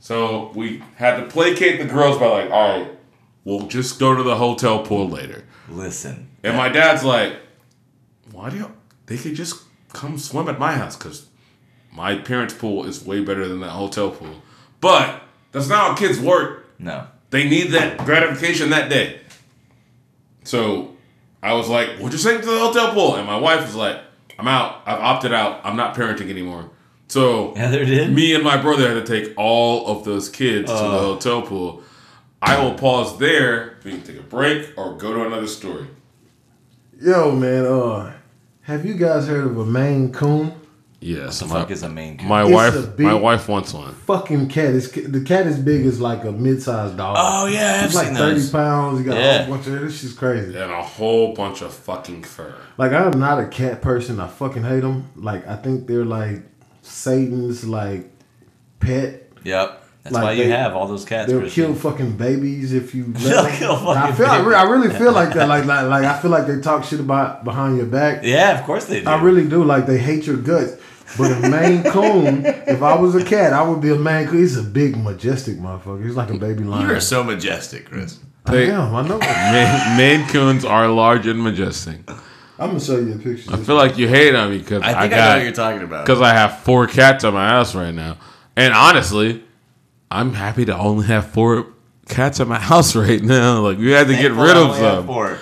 So we had to placate the girls by like, all right, we'll just go to the hotel pool later.
Listen.
And my dad's like, why do you, they could just come swim at my house because my parents' pool is way better than that hotel pool. But that's not how kids work.
No.
They need that gratification that day. So I was like, we'll just take it to the hotel pool. And my wife was like, I'm out. I've opted out. I'm not parenting anymore. So
Heather did.
me and my brother had to take all of those kids to the
Uh.
hotel pool. I will pause there. We can take a break or go to another story.
Yo, man. Uh, have you guys heard of a Maine Coon?
Yes.
The fuck is a main coon?
my
It's wife- a big- my
wife wants one.
Fucking cat is the cat is big as like a mid-sized dog.
Oh yeah, I've
It's like
seen
thirty
those.
pounds. You got a
Yeah.
whole bunch of this. She's crazy.
And a whole bunch of fucking fur.
Like I'm not a cat person. I fucking hate them. Like I think they're like Satan's like pet.
Yep. That's
Like
why you
they-
have all those cats.
They'll
Christian.
kill fucking babies if you. Let
They'll
them.
kill
And I
fucking
feel. I, re- I
babies.
really feel like that. Like like like I feel like they talk shit about behind your back.
Yeah, of course they do.
I really do. Like they hate your guts. But a Maine Coon, if I was a cat, I would be a Maine Coon. He's a big, majestic motherfucker. He's like a baby lion.
You're so majestic, Chris.
I am. I know.
Maine coons are large and majestic.
I'm gonna show you a picture.
I feel like you hate on me because
I think I, know what you're talking about.
because I have four cats on my house right now. And honestly, I'm happy to only have four cats at my house right now. Like we had to get
Thankful I
rid of
only have
some.
four.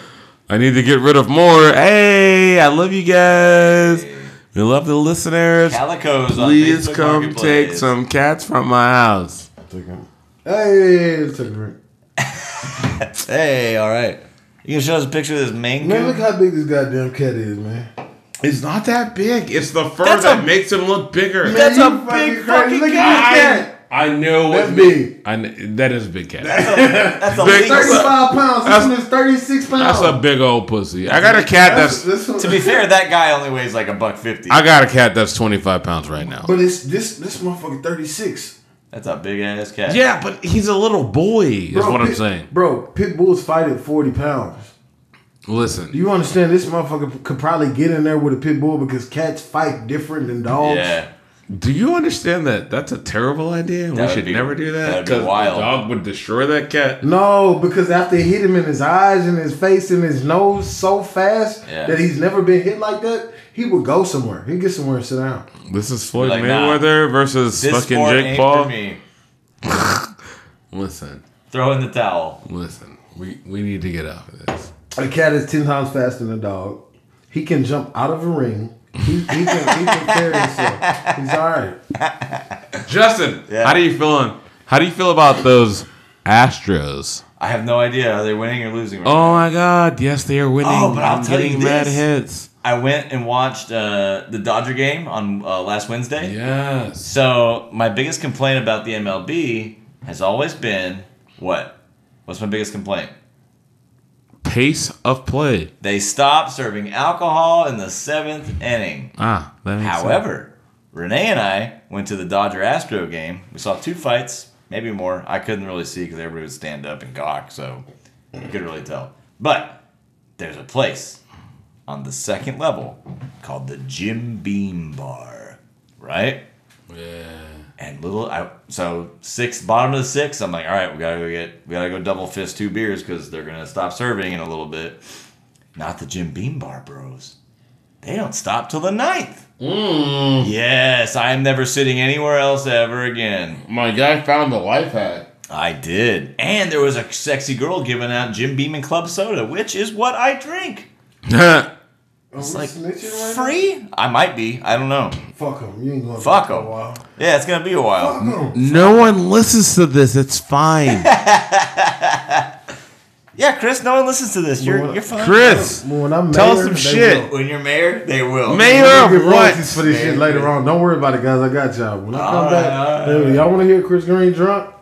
I need to get rid of more. Hey, I love you guys. We love the listeners.
Calico's
Please
on Facebook
come
Marketplace.
take some cats from my house.
Hey, let's take a break.
Hey, all right. You can show us a picture of this mango.
Man, look how big this goddamn cat is, man.
It's not that big. It's the fur
That's
that
a-
makes him look bigger.
That's
Man,
a
you
big fucking
Look
cat.
at
I,
this cat.
I know what
That's big.
I kn- that is a big cat.
that's a
Big-
big.
That's a-
35 pounds. This one is 36
That's
pounds.
a big old pussy. I got a cat that's
this
To be fair, that guy only weighs like a buck fifty.
I got a cat that's 25 pounds right now.
But it's this this motherfucker 36.
That's a big ass cat.
Yeah, but he's a little boy. Is
Bro,
what I'm
pit-
saying.
Bro, pit bulls fight at 40 pounds. Do
Listen,
you understand? This motherfucker could probably get in there with a pit bull because cats fight different than dogs.
Yeah.
do you understand that that's a terrible idea? and
That
we
would
should
be-
never do that
that'd be
because the
wild.
dog would destroy that cat.
No, because after it hit him in his eyes and his face and his nose so fast
Yeah.
that he's never been hit like that, he would go somewhere. He'd get somewhere and sit down.
This is Floyd
Like, nah.
Mayweather versus
This
fucking
sport
Jake
ain't for
Paul.
me.
Listen,
Throw in the towel.
listen, we we need to get off of this.
A cat is ten times faster than a dog. He can jump out of a ring. He, he can, he can carry himself. He's all right.
Justin,
Yeah.
how do you feeling? How do you feel about those Astros?
I have no idea. Are they winning or losing? Right
Oh my God! Yes, they are winning.
Oh, but I'll tell you
getting mad
this.
hits.
now? I went and watched uh, the Dodger game on uh, last Wednesday.
Yes.
So my biggest complaint about the MLB has always been what? What's my biggest complaint?
Pace of play.
They stopped serving alcohol in the seventh inning.
Ah, that makes sense.
However, Renee and I went to the Dodger Astro game. We saw two fights, maybe more. I couldn't really see because everybody would stand up and gawk, so you couldn't really tell. But there's a place on the second level called the Jim Beam Bar, right?
Yeah.
And little, I, so six bottom of the six. I'm like, all right, we gotta go get, we gotta go double fist two beers because they're gonna stop serving in a little bit. Not the Jim Beam Bar Bros. They don't stop till the ninth.
Hmm,
Yes, I am never sitting anywhere else ever again.
My guy found the life hack.
I did, and there was a sexy girl giving out Jim Beam and club soda, which is what I drink.
Are
It's
we
like
snitching right
free. I might be. I don't know.
now? Fuck him. You ain't going
Fuck
for a
'em.
while.
Yeah, it's gonna be a while.
Fuck him.
no one listens to this. It's fine.
Yeah, Chris, no one listens to this. You're
Well,
you're fine.
Chris,
Well, When I'm
Tell us
mayor,
some
they
shit.
will.
When you're mayor, they will.
mayor
I'll
of
get
what?
royalties for this shit
Man.
later on. Don't worry about it, guys. I got y'all. When I come
All
back,
right.
hey, y'all want to hear Chris Green drunk?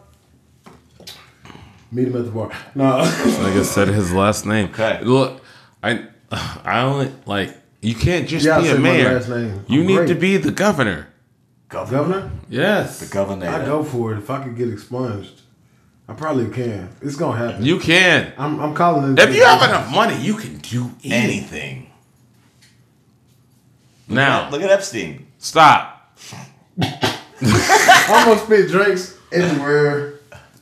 Meet him at the bar. No.
Like I said, his last name.
Okay.
Look, I, I only like you can't just
Yeah, I
be a
said my
mayor.
last name.
You
I'm
need
great.
to be the governor.
Governor.
Governor,
Yes.
Governor.
I go for it. If I could get expunged, I probably can. It's gonna happen.
You can.
I'm, I'm calling it.
If you have enough money, you can do anything.
anything.
Now,
Look at Epstein.
stop.
I'm gonna spit drinks everywhere.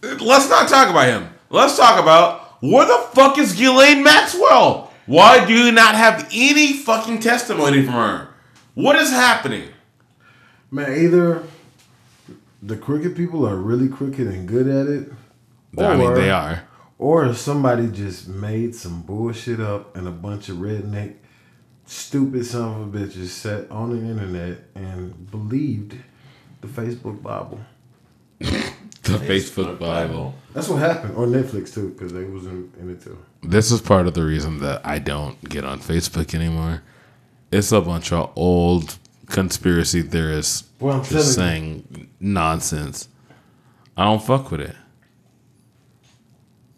Let's not talk about him. Let's talk about where the fuck is Ghislaine Maxwell? Why do you not have any fucking testimony from her? What is happening?
Man, either the crooked people are really crooked and good at it,
I mean,
Or-
they are.
or somebody just made some bullshit up and a bunch of redneck, stupid son of a bitches sat on the internet and believed the Facebook Bible.
The Facebook Bible.
That's what happened. Or Netflix too, because they was in, in it too.
This is part of the reason that I don't get on Facebook anymore. It's a bunch of old conspiracy theorists
Well, I'm
just
telling
saying nonsense. I don't fuck with it.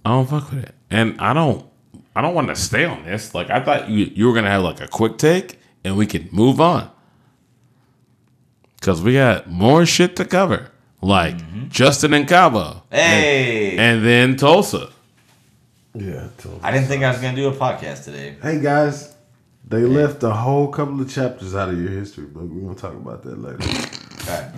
I don't fuck with it, and I don't. I don't want to stay on this. Like I thought you you were gonna have like a quick take and we could move on. Cause we got more shit to cover, like Justin Mm-hmm. and Cabo,
Hey.
and then Tulsa.
you. Yeah, I told
I didn't think I was gonna do a podcast today.
Hey guys, they left a whole couple of chapters out of your history book. We're gonna talk about that later.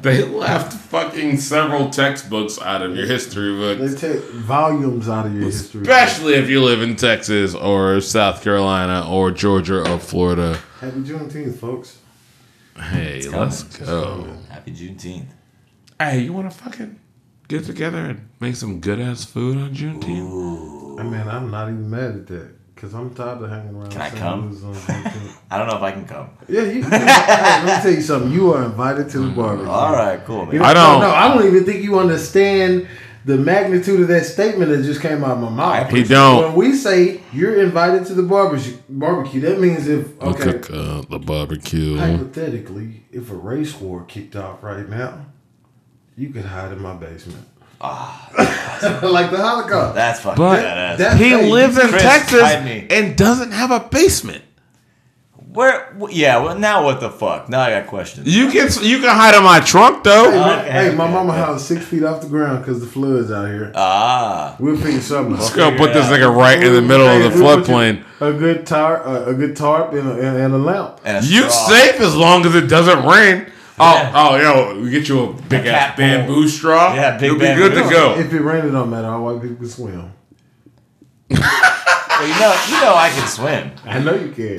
They left fucking several textbooks out of your history
they
book,
take volumes out of your history. book.
especially if you live in Texas or South Carolina or Georgia or Florida.
Happy Juneteenth, folks.
Hey, let's go.
Happy Juneteenth.
Hey, you want to fucking get together and make some good ass food on Juneteenth?
I mean, I'm not even mad at that. Cause I'm tired of hanging around.
Can I
St.
come?
Louis on vacation.
I don't know if I can come.
yeah, you. you hey, let me tell you something. You are invited to the barbecue.
Mm, All right, cool,
You
man.
know,
I don't-
No, I don't even think you understand the magnitude of that statement that just came out of my mouth.
He don't.
When we say you're invited to the barbecue, barbecue, that means if okay,
Cook uh, the barbecue.
hypothetically, if a race war kicked off right now, you could hide in my basement,
Ah,
like the Holocaust.
That's fucking
But
badass.
that- uh,
He
Hey,
lives in
Chris,
Texas
hide me.
and doesn't have a basement.
Where? wh- Yeah. Well, now what the fuck? Now I got questions.
You can you can hide in my trunk though.
Man,
Okay,
hey, my
okay,
mama
okay.
house six feet off the ground because the floods out here.
Ah.
We'll figure something.
Let's
up.
go put this nigga right in the middle of the
Hey, we'll put you-
floodplain.
A good tarp, a, a good tarp, and a, and and a lamp.
and a
You
straw.
safe as long as it doesn't rain.
Yeah.
Oh, oh, yo, we get you a big
cat
ass
pole.
bamboo straw.
Yeah, big
You'll be
bamboo.
good to go.
If it rained, it don't matter. All white people can swim.
Well, you know, you know, I can swim.
I know you can.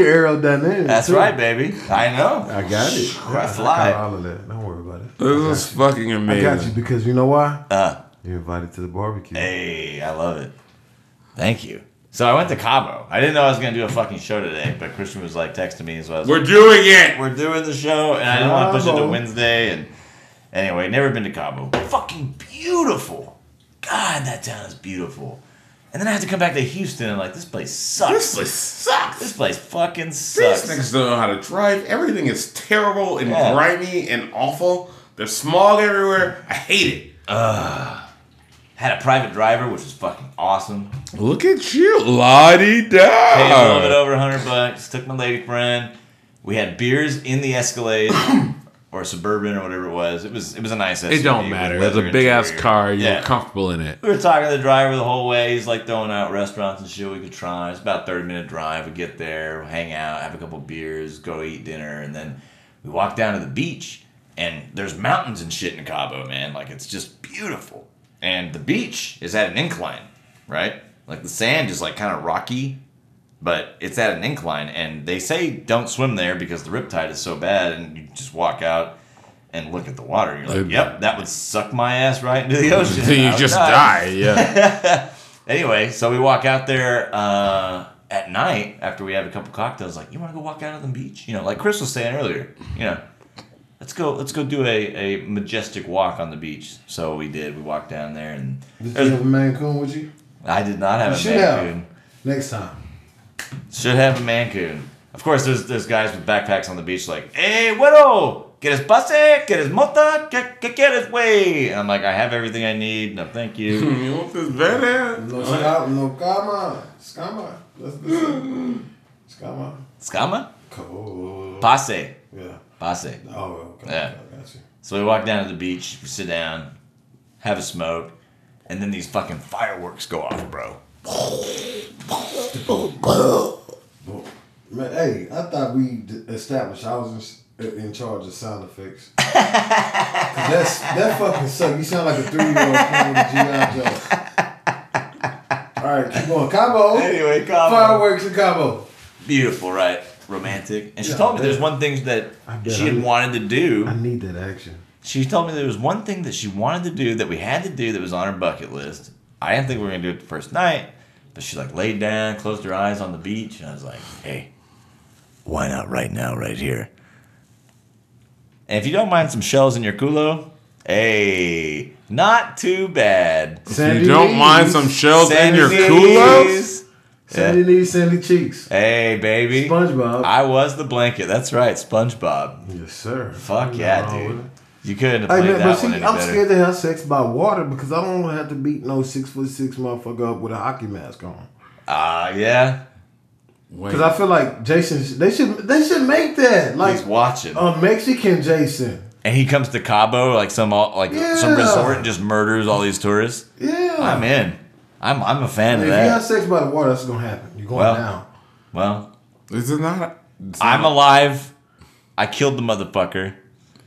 You're aerodynamic.
Ah! That's
too.
right, baby. I know.
I got it.
I
Yeah,
fly.
I got all of that. Don't worry about it.
This is fucking
I got you
amazing.
because you know why?
Uh,
You're invited to the barbecue.
hey, I love it. Thank you. So I went to Cabo. I didn't know I was gonna do a fucking show today, but Christian was like texting me, so I was like,
We're doing it.
we're doing the show, and I didn't want to push it to
Cabo.
Wednesday. And anyway, never been to Cabo. Fucking beautiful. God, that town is beautiful. And then I had to come back to Houston, and like this place sucks.
This place sucks.
This place fucking
These
sucks.
niggas don't know how to drive. Everything is terrible and
Yeah.
grimy and awful. There's smog everywhere. I hate
Had a private driver, which was fucking awesome.
it. Look at you, Lottie da.
Paid a little bit
Oh.
over 100 bucks. Took my lady friend. We had beers in the Escalade or Suburban or whatever it was. It was it was a nice SUV.
It don't
with
matter. That's
leather
a big ass
interior.
car. You're
Yeah.
comfortable in it.
We were talking to the driver the whole way. He's like throwing out restaurants and shit we could try. It's about a 30 minute drive. We get there, hang out, have a couple beers, go eat dinner, and then we walk down to the beach. And there's mountains and shit in Cabo, man. Like it's just beautiful. And the beach is at an incline, right? Like the sand is like kind of rocky, but it's at an incline. And they say don't swim there because the riptide is so bad. And you just walk out and look at the water. And you're like,
Dude.
yep, that would suck my ass right into the ocean.
Then
I
you
would
just die. Yeah.
Anyway, so we walk out there uh, at night after we have a couple cocktails. Like, you want to go walk out on the beach? You know, like Chris was saying earlier. You know, let's go. Let's go do a, a majestic walk on the beach. So we did. We walked down there, and
Did you have a mancoon with you?
I did not have
You
a
should have.
mancoon.
Next time.
Should have a mancoon. Of course, there's there's guys with backpacks on the beach like, hey, güero, quieres pase, quieres mota, que, que quieres way. And I'm like, I have everything I need. No, thank you.
you want this bad
No, sca- no, scama. Scama. That's the same. Scama.
Scama,
Cool.
pase,
Yeah.
pase.
Oh, okay.
Yeah.
I got you.
So we walk down to the beach, we sit down, have a smoke, and then these fucking fireworks go off, bro.
Well, Man, hey, I thought we d- established I was in, in charge of sound effects. 'Cause that's that fucking suck. You sound like a three year old playing with GI Joe. All right, keep going. Cabo.
Anyway, Cabo.
Fireworks in Cabo.
Beautiful, right? Romantic. And she
Yeah,
told me
I bet.
there's one thing that
I bet.
she had wanted to
I
do.
need that action.
She told me there was one thing that she wanted to do that we had to do that was on her bucket list. I didn't think we were gonna do it the first night, but she like laid down, closed her eyes on the beach, and I was like, hey, why not right now, right here? And if you don't mind some shells in your culo, hey, not too bad.
You don't mind some shells in your
Sandies.
culos?
Sandy knees, Sandy cheeks.
Hey, baby.
SpongeBob.
I was the blanket. That's right, SpongeBob.
yes, sir.
Fuck
Ain't
yeah,
nothing wrong with
dude.
it.
You couldn't have
Hey
played
man, but
that
see,
one
I'm
any
scared
better.
to have sex by water because I don't want to have to beat no six foot six motherfucker up with a hockey mask on.
Ah, yeah.
Wait.
Because I feel like Jason, sh- they should they should make that like
He's watching,
a Mexican Jason.
and he comes to Cabo, like some all, like some
Yeah.
resort, and just murders all these tourists.
Yeah,
I'm in. I'm I'm a fan
If
of
you
that.
have sex by the water, that's gonna happen. You're going
Well,
down.
Well,
This is not. it's
I'm
not-
alive. I killed the motherfucker.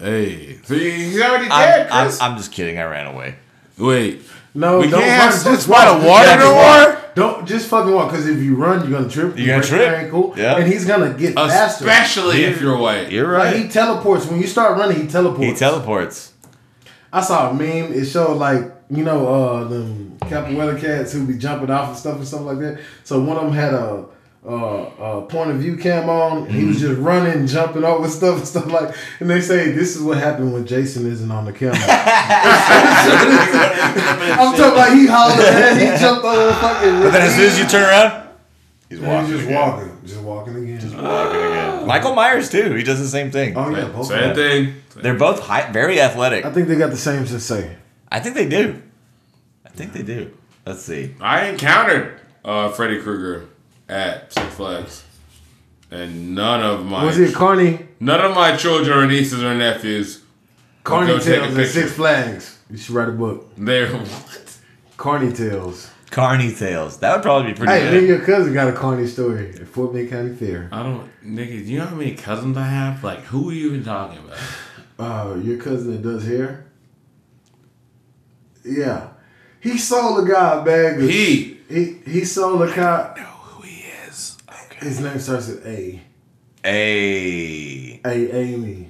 Hey, so you- he's already
I'm,
dead,
I'm,
Chris.
I'm just kidding. I ran away.
Wait,
No,
we
don't
can't have
run,
sex
just
by
walk.
the water
Just
no
walk.
more.
Don't just fucking walk because if you run, you're gonna trip.
You're gonna
break your
trip.
ankle,
Yeah.
and he's gonna get faster.
Especially if you're white.
You're
Like,
right.
he teleports when you start running. He teleports.
He teleports.
I saw a meme. It showed like you know, uh, them capoeira cats who be jumping off and stuff and stuff like that. So one of them had a, a, a point of view cam on. And he
Mm-hmm.
was just running, jumping over stuff and stuff like. And they say this is what happened when Jason isn't on the camera. I'm talking like he hollered at he jumped over the fucking.
But then as soon as you turn around, he's
and
walking.
he's just
again.
walking, just walking again.
Walking again. Michael Myers too. He does the same thing.
oh yeah, both. of
Same
them.
thing.
They're both high, very athletic.
I think they got the same to say.
I think they do. I think they do. Let's see.
I encountered uh, Freddy Krueger at Six Flags, and none of my
Was it Carney?
none of my children or nieces or nephews
Carney
Go take a
Tales and
picture.
Six Flags. You should write a book.
they what?
Carney Tales.
Carney Tales. That would probably be pretty
Hey,
good.
then your cousin got a Carney story at Fort Bend County Fair.
I don't, nigga. Do you know how many cousins I have? Like, who are you even talking about?
Uh, your cousin that does hair? Yeah. He sold a guy a bag of
He.
he, he sold a guy
Know who he is?
his name starts with A.
Hey.
A Amy.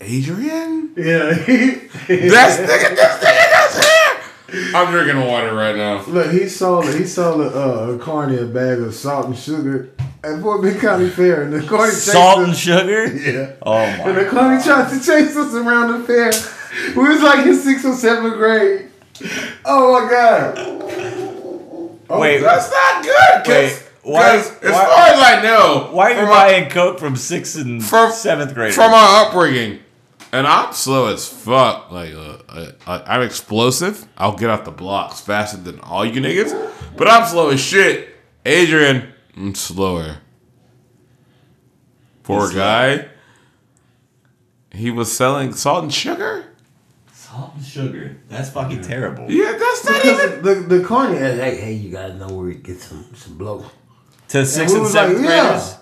Adrian?
Yeah.
That's nigga. This nigga does hair. I'm drinking water right now.
Look, he sold he sold a, uh, a Carney a bag of salt and sugar at Fort Bend County Fair and the Carney chased
Salt
him-
and sugar.
Yeah.
Oh
And the
my.
Carney tried to chase us around the fair. We was like in sixth or seventh grade. Oh my god. Oh,
Wait.
That's not good.
Wait,
Cause,
why-
'cause as
why-
far as I know,
Why are you
from my-
buying coke from sixth and
From-
seventh grade?
from our upbringing. And I'm slow as fuck. Like uh, uh, I- I'm explosive. I'll get off the blocks faster than all you niggas. But I'm slow as shit. Adrian, I'm slower. Poor
He's slow.
guy. He was selling salt and sugar.
Salt and sugar. That's fucking terrible.
Yeah, that's not even.
Because the the Carney had
Hey, hey, you gotta know where to get some some blow.
To
and
sixth
we
and
was like,
seventh
yeah.
graders.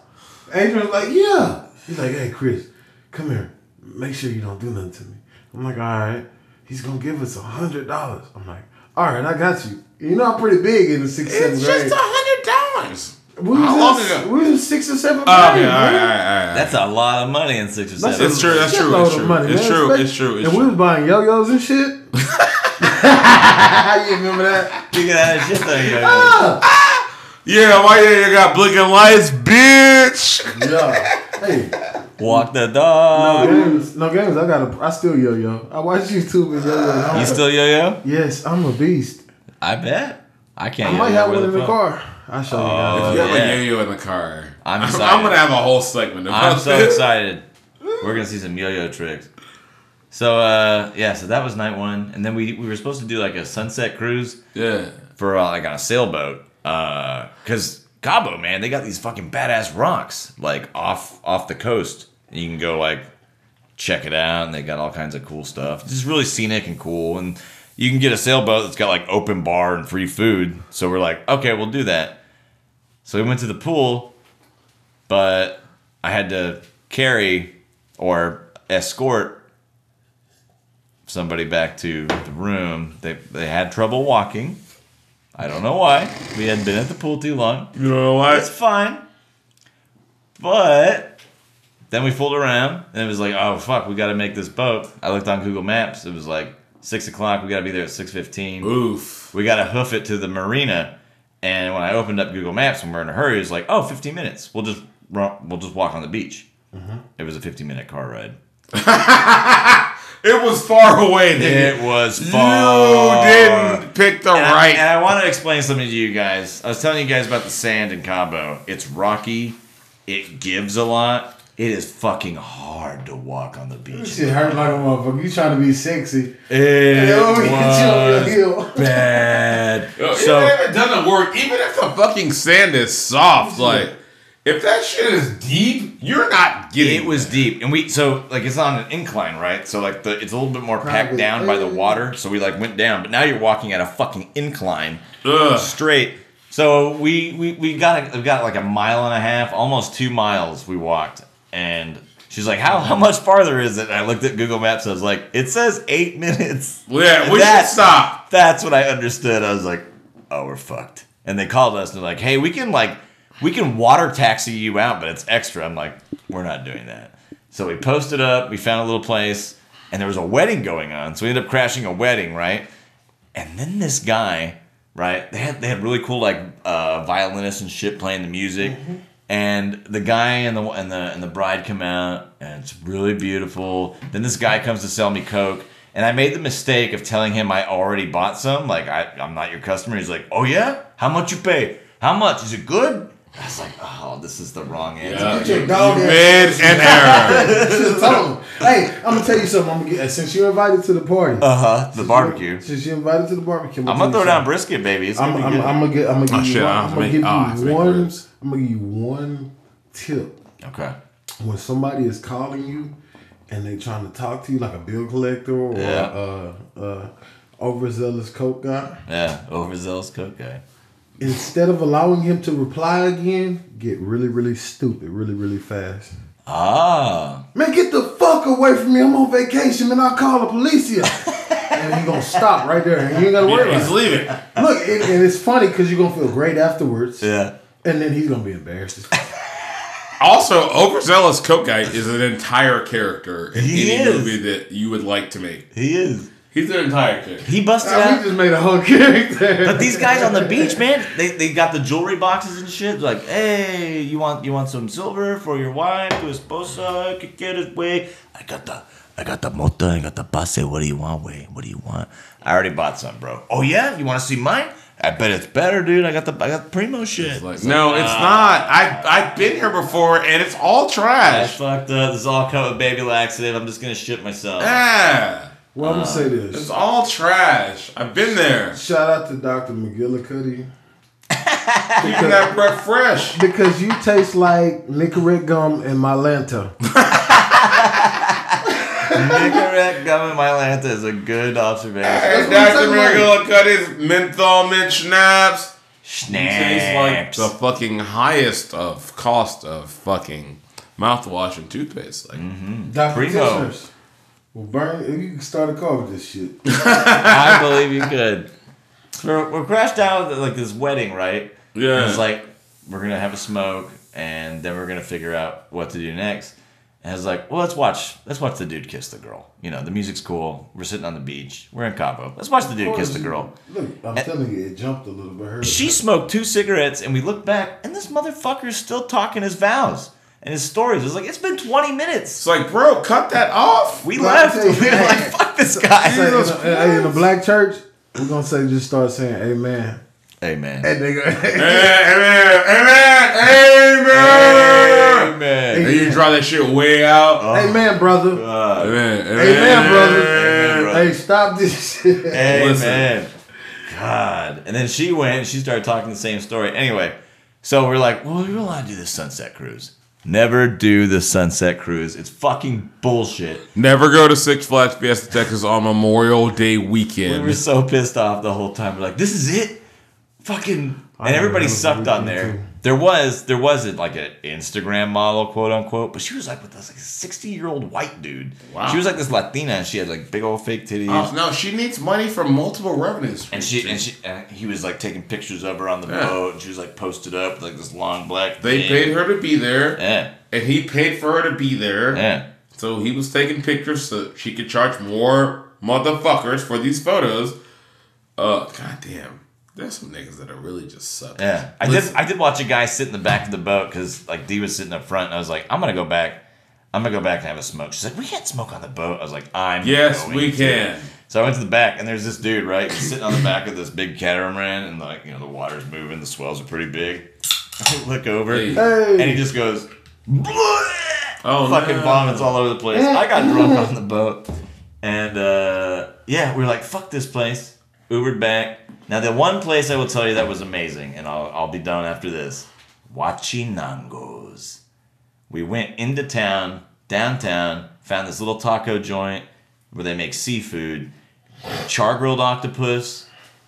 Adrian was like, yeah. He's like, hey Chris, come here. Make sure you don't do nothing to me. I'm like, all right. He's gonna give us a hundred dollars. I'm like, all right, I got you. You know I'm pretty big in the sixth, seventh
It's
grade.
just a hundred dollars.
we, was
How
in,
long
s-
ago?
we was in sixth or seventh grade.
Oh, okay, all right, all
man.
right, all right.
That's a lot of money in sixth or
That's
seventh.
It's true, that's true,
Shitload
it's
of
true.
money,
It's
man.
true,
Especially-
it's true, it's
and
true.
we was buying yo-yos and shit. you remember that?
You can have a shit thing going on.
Yeah, why you got blinking lights, bitch?
Yeah. Hey,
Walk the dog.
Uh,
no games. No games. I got. A, I still yo-yo. I watch YouTube and yo-yo.
You still yo yo?
yes, I'm a beast.
I bet. I can't.
I might
yo-yo
have
with
one in
a
the
phone.
car. I'll show you guys.
You have
Oh, yeah.
a yo-yo in the car.
I'm
I'm,
excited.
gonna have a whole segment about
I'm so
this.
excited. We're gonna see some yo-yo tricks. So uh, yeah, so that was night one, and then we we were supposed to do like a sunset cruise
Yeah.
for uh, like on a sailboat, Uh 'cause Cabo, man, they got these fucking badass rocks like off off the coast. And you can go like check it out, and they got all kinds of cool stuff. It's just really scenic and cool, and you can get a sailboat that's got like open bar and free food. So we're like, okay, we'll do that. So we went to the pool, but I had to carry or escort somebody back to the room. They they had trouble walking. I don't know why. We hadn't been at the pool too long.
You know
It's
what?
fine. But then we fooled around and it was like, oh fuck, we gotta make this boat. I looked on Google Maps, it was like six o'clock, we gotta be there at six fifteen
Oof.
we got to hoof it to the marina. And when I opened up Google Maps and we're in a hurry, it was like, oh, 15 minutes. We'll just run, we'll just walk on the beach. It was a 15 minute car ride.
It was far away, nigga.
It was
You
far.
didn't pick the
And I-
right.
and I want to explain something to you guys. I was telling you guys about the sand in Cabo. It's rocky. It gives a lot. It is fucking hard to walk on the
This
beach.
shit hurt like a motherfucker. You trying to be sexy?
It
Yo, we
was
hit you Oh, over the hill.
bad.
Yo, even
So
if it doesn't work, even if the fucking sand is soft, like if that shit is deep, you're not getting.
It was
that.
deep, and we so like it's on an incline, right? So like the it's a little bit more packed
Private. Mm.
down by the water, so we like went down. But now you're walking at a fucking incline,
Ugh.
straight. So we we, we got a, we got like a mile and a half, almost two miles. We walked, and she's like, "How how much farther is it?" And I looked at Google Maps. I was like, "It says eight minutes."
Yeah, we
That-
should stop.
That's what I understood. I was like, "Oh, we're fucked." And they called us and they're like, "Hey, we can like we can water taxi you out, but it's extra." I'm like, "We're not doing that." So we posted up. We found a little place, and there was a wedding going on. So we ended up crashing a wedding, right? And then this guy, right? They had they had really cool like uh, violinists and shit playing the music. And the guy and the and the and the bride come out, and it's really beautiful. Then this guy comes to sell me coke, and I made the mistake of telling him I already bought some. Like I, I'm not your customer. He's like, Oh yeah, how much you pay? How much is it good? I was like, Oh, this is the wrong answer.
Get your dog ass.
Mid and error.
Should've told him. Hey, I'm gonna tell you something. I'm gonna get, since you're invited to the party,
Uh huh. The barbecue.
Since you're invited to the barbecue,
I'm gonna throw down brisket, baby. It's
I'm,
gonna
I'm,
be good.
I'm gonna get. I'm gonna give
Oh,
you.
shit,
one,
I have
I'm
to
gonna
make- ah,
give
I have to
you
make
one.
ribs.
I'm gonna give you one tip.
okay.
When somebody is calling you and they trying to talk to you like a bill collector or
Yeah.
uh, uh, overzealous coke guy,
Yeah. Overzealous cook guy.
instead of allowing him to reply again, get really, really stupid, really, really fast.
Ah.
Man, get the fuck away from me! I'm on vacation, man. I'll call the police here. and he gonna stop right there, and you ain't gotta worry
He's
about it.
leaving.
Look, and, and it's funny because you're gonna feel great afterwards.
Yeah.
And then he's gonna be embarrassed. as fuck.
Also, overzealous coke guy is an entire character in
He
any
is.
movie that you would like to make.
He is.
He's an entire character.
He busted
we
out.
just made a whole character.
But these guys on the beach, man, they, they got the jewelry boxes and shit. Like, hey, you want you want some silver for your wife, to esposa, que quieres, way. I got the I got the mota, I got the base. What do you want, way? What do you want? I already bought some, bro. Oh yeah, you want to see mine? I bet it's better, dude. I got the I got the primo shit.
Like, uh, no, it's not. I I've been here before, and it's all
I
trash.
fucked up. This is all cut with baby laxative. I'm just gonna shit myself.
Yeah,
Well, I'm gonna
Uh,
say
it's
this.
all trash. I've been there.
Shout out to Dr. McGillicuddy.
Keeping that breath fresh.
Because you taste like Nicorette gum and Mylanta.
Nicorette gum in my lanta is a good observation.
Hey,
That's what
Dr.
I'm talking about.
Miracle cut his menthol mint schnapps.
Snaps.
tastes like the fucking highest of cost of fucking mouthwash and toothpaste. Like
Dr.
Primo.
Petitioners. Well, burn. You can start a car with this shit.
I believe you could. We're, we're crashed out at like this wedding, right?
Yeah.
And it's like we're gonna have a smoke, and then we're gonna figure out what to do next. And it's like, well, let's watch. Let's watch the dude kiss the girl. You know, the music's cool. We're sitting on the beach. We're in Cabo. Let's watch the dude kiss the girl.
Look, I'm telling you, it jumped a little bit. Her.
She smoked two cigarettes, and we look back, and this motherfucker's still talking his vows and his stories. It's like it's been twenty minutes.
it's like, bro, cut that off.
We
Well,
left.
I
We
tell you-
were like, fuck this
Say, in,
guy.
Jesus
a, hey, in a black church, we're gonna say just start saying amen.
Amen.
That nigga.
amen, amen, amen.
Amen.
And you draw that shit way out.
amen, brother.
Uh,
Amen, amen,
Amen, brother.
Amen, brother.
Hey, stop this shit.
Amen. God. And then she went and she started talking the same story. Anyway, so we're like, well, we really want to do this sunset cruise. Never do the sunset cruise. It's fucking bullshit.
Never go to Six Flags Fiesta Texas on Memorial Day
We were
weekend.
so pissed off the whole time. We're like, this is it? Fucking and everybody
remember
sucked on
me too.
there. There was there wasn't like an Instagram model, quote unquote, but she was like with this like sixty year old white dude.
Wow.
She was like this Latina and she had like big old fake titties.
Oh, no, she needs money from multiple revenues.
And she and she and he was like taking pictures of her on the
Yeah.
boat, and she was like posted up with, like this long black.
They
thing.
paid her to be there,
Yeah,
and he paid for her to be there.
yeah.
So he was taking pictures so she could charge more motherfuckers for these photos. Uh, goddamn, there's some niggas that are really just suck.
Yeah, I
Listen,
did. I did watch a guy sit in the back of the boat because like D was sitting up front, and I was like, I'm gonna go back. I'm gonna go back and have a smoke. She's like, we can't smoke on the boat. I was like, I'm.
yes,
going
we
to."
can.
So I went to the back, and there's this dude right He's sitting on the back of this big catamaran, and like you know the water's moving, the swells are pretty big. I look over,
Hey.
and he just goes,
Oh,
oh, fucking
no.
vomits all over the place. I got drunk on the boat, and uh, yeah, we were like, fuck this place. Ubered back. Now the one place I will tell you that was amazing, and I'll I'll be done after this. Huachinangos. We went into town, downtown, found this little taco joint where they make seafood, char grilled octopus.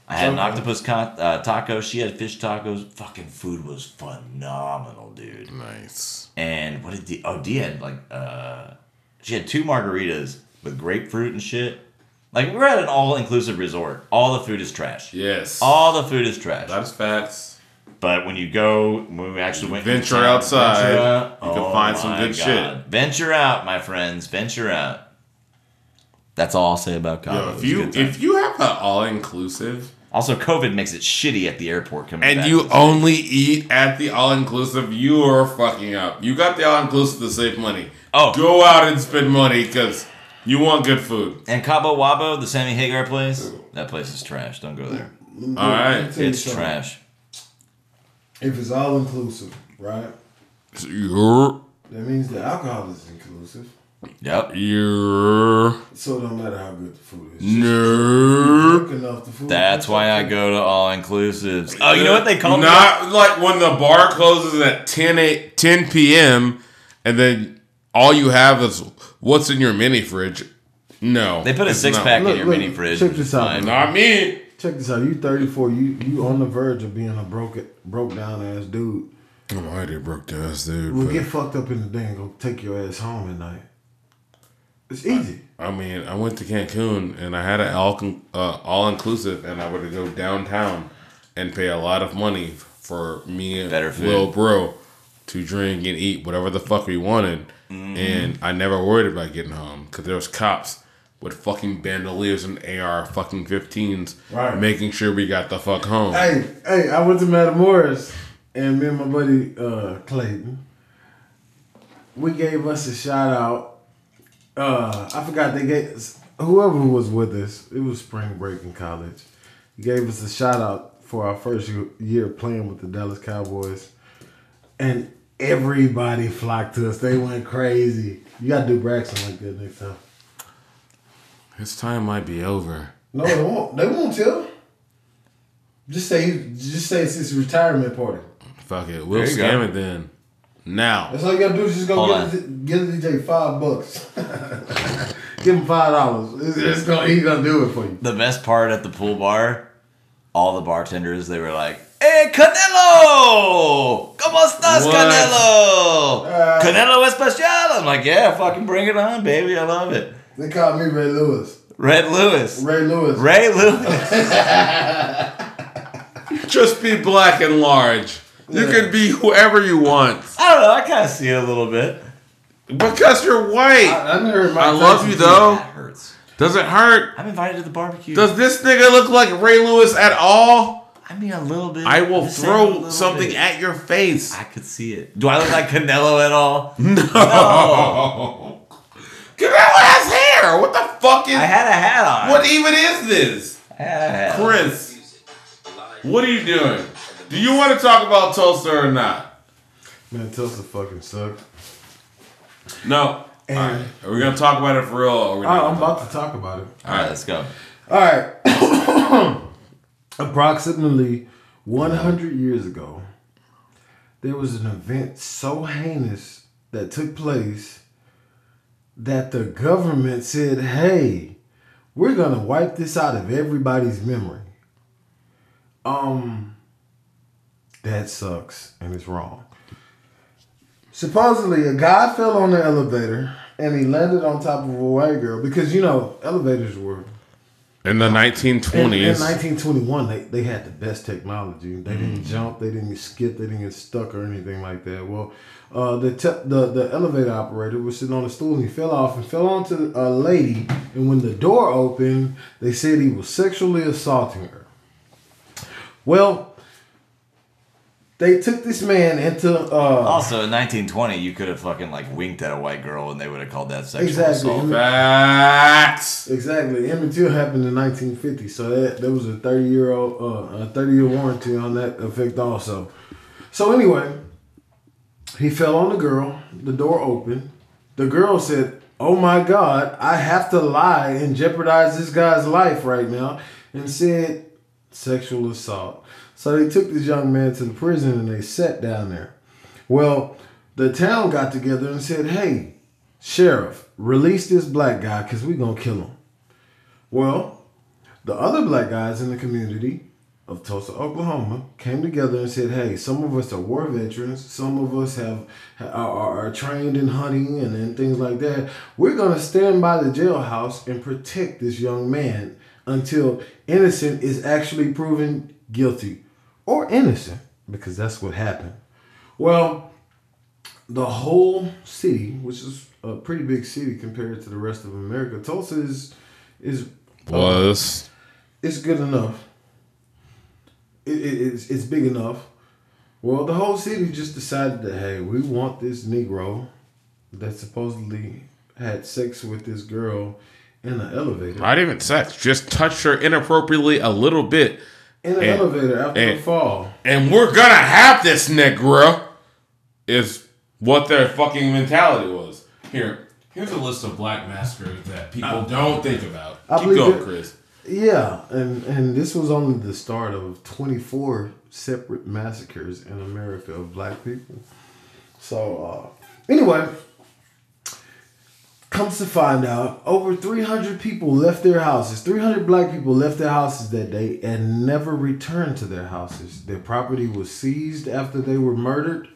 I had an
Okay.
octopus co- uh, taco. She had fish tacos. Fucking food was phenomenal, dude.
Nice.
And what did the oh Dee had like uh she had two margaritas with grapefruit and shit. Like we're at an all inclusive resort. All the food is trash.
Yes.
All the food is trash.
that is facts.
But when you go, when we actually went
Venture
inside,
outside, you can
oh
find some
my
good shit.
Venture out, my friends. Venture out. That's all I'll say about Cabo. It
Yo, if
was a
you
good time.
if you have an all inclusive
also, COVID makes it shitty at the airport coming
and
back.
you only eat at the all inclusive, you're fucking up. You got the all inclusive to save money.
Oh.
go out and spend money because you want good food.
and Cabo Wabo, the Sammy Hagar place, that place is trash. Don't go there.
All
right.
It's trash.
If it's all inclusive, right?
You're
That means the alcohol is inclusive.
Yep.
you're
So it don't matter how good the food is. Just
nerd.
looking off the food.
That's why I go to all inclusives. Oh, you know what they call me?
Not like when the bar closes at 10, 8, 10 p.m. and then all you have is what's in your mini fridge. No.
They put a
it's
six
not.
pack in
Look,
your
look,
mini fridge.
check this out.
Fine.
Not me.
Check this out. You 34. You you on the verge of being a broke broke down ass dude.
I'm already broke down, dude.
We'll
but-
get fucked up in the day and go take your ass home at night. It's easy.
I mean, I went to Cancun and I had an all uh, all inclusive, and I would go downtown and pay a lot of money for me and
Better food.
Lil Bro to drink and eat whatever the fuck we wanted.
Mm-hmm.
And I never worried about getting home because there was cops with fucking bandoliers and AR fucking 15s
Right.
making sure we got the fuck home.
Hey, hey, I went to Matamoros and me and my buddy uh, Clayton. We gave us a shout out. Uh, I forgot they gave us, whoever was with us. It was spring break in college. Gave us a shout out for our first year- year playing with the Dallas Cowboys, and everybody flocked to us. They went crazy. You gotta do Braxton like that next time.
His time might be over.
No, they won't. They won't tell. Just say, just say it's his retirement party.
Fuck it. We'll
There you go.
scam it then. Now.
That's all you gotta do is just go
Hold
give, the- give the DJ five bucks. give him five dollars. It's, it's gonna he's gonna do it for you.
the best part at the pool bar, all the bartenders they were like, "Hey Canelo, cómo estás,
What?
Canelo?
Uh,
Canelo especial." I'm like, "Yeah, fucking bring it on, baby. I love it."
They called me Ray Lewis.
Red Lewis,
Ray Lewis.
Ray Lewis.
Just be black and large. You can be whoever you want.
I don't know. I kind of see it a little bit.
Because you're white.
I, I never heard my
I love you
That
though.
hurts.
Does it hurt?
I'm invited to the barbecue.
Does this nigga look like Ray Lewis at all?
I mean a little bit.
I will
Just a
throw
little
something
bit.
at your face.
I could see it. Do I look like Canelo at all?
No. Canelo has hair. What the fuck is?
I had a hat on.
what even is this,
I had a hat on.
Chris? What are you doing? Do you want to talk about Tulsa or not?
Man, Tulsa fucking sucked.
No. All right. Are we gonna talk about it for real? Or are we
Oh,
not
I, I'm
gonna talk-
about to talk about it.
All right, let's go.
All right. Approximately 100 years ago, there was an event so heinous that took place that the government said, "Hey, we're going to wipe this out of everybody's memory." Um that sucks and it's wrong. Supposedly, a guy fell on the elevator and he landed on top of a white girl because you know elevators were
In the
in, in
1920s,
1921, they, they had the best technology. They
Mm.
didn't jump, they didn't skip, they didn't get stuck or anything like that. Well, uh, the, te- the the elevator operator was sitting on a stool and he fell off and fell onto a lady. And when the door opened, they said he was sexually assaulting her. Well, they took this man into uh,
Also, in 1920, you could have fucking like winked at a white girl and they would have called that sexual
Exactly.
assault.
facts.
Exactly. Emmett Till happened in 1950, so that there was a 30 year old, uh, a 30 year warranty on that effect also. So anyway, he fell on the girl. The door opened. The girl said, "Oh my God, I have to lie and jeopardize this guy's life right now," and said, "Sexual assault." So they took this young man to the prison and they sat down there. Well, the town got together and said, "Hey, sheriff, release this black guy because we're gonna kill him." Well, the other black guys in the community of Tulsa, Oklahoma, came together and said, "Hey, some of us are war veterans. Some of us have are, are- are trained in hunting and, and things like that. We're gonna stand by the jailhouse and protect this young man until innocent is actually proven guilty or innocent, because that's what happened." Well, the whole city, which is a pretty big city compared to the rest of America, Tulsa is is
Was
it's good enough. It, it, it's, it's big enough. Well, the whole city just decided that, hey, we want this Negro that supposedly had sex with this girl in an elevator.
not even sex, just touched her inappropriately a little bit,
In an
And-
elevator after
and-
the fall.
and we're gonna have this nigga. Is what their fucking mentality was. Here, here's a list of black maskers that people don't think about.
I
Keep
believe
going,
it-
Chris.
Yeah, and, and this was only the start of 24 separate massacres in America of black people. So, uh, anyway, comes to find out, over 300 people left their houses. 300 black people left their houses that day and never returned to their houses. Their property was seized after they were murdered.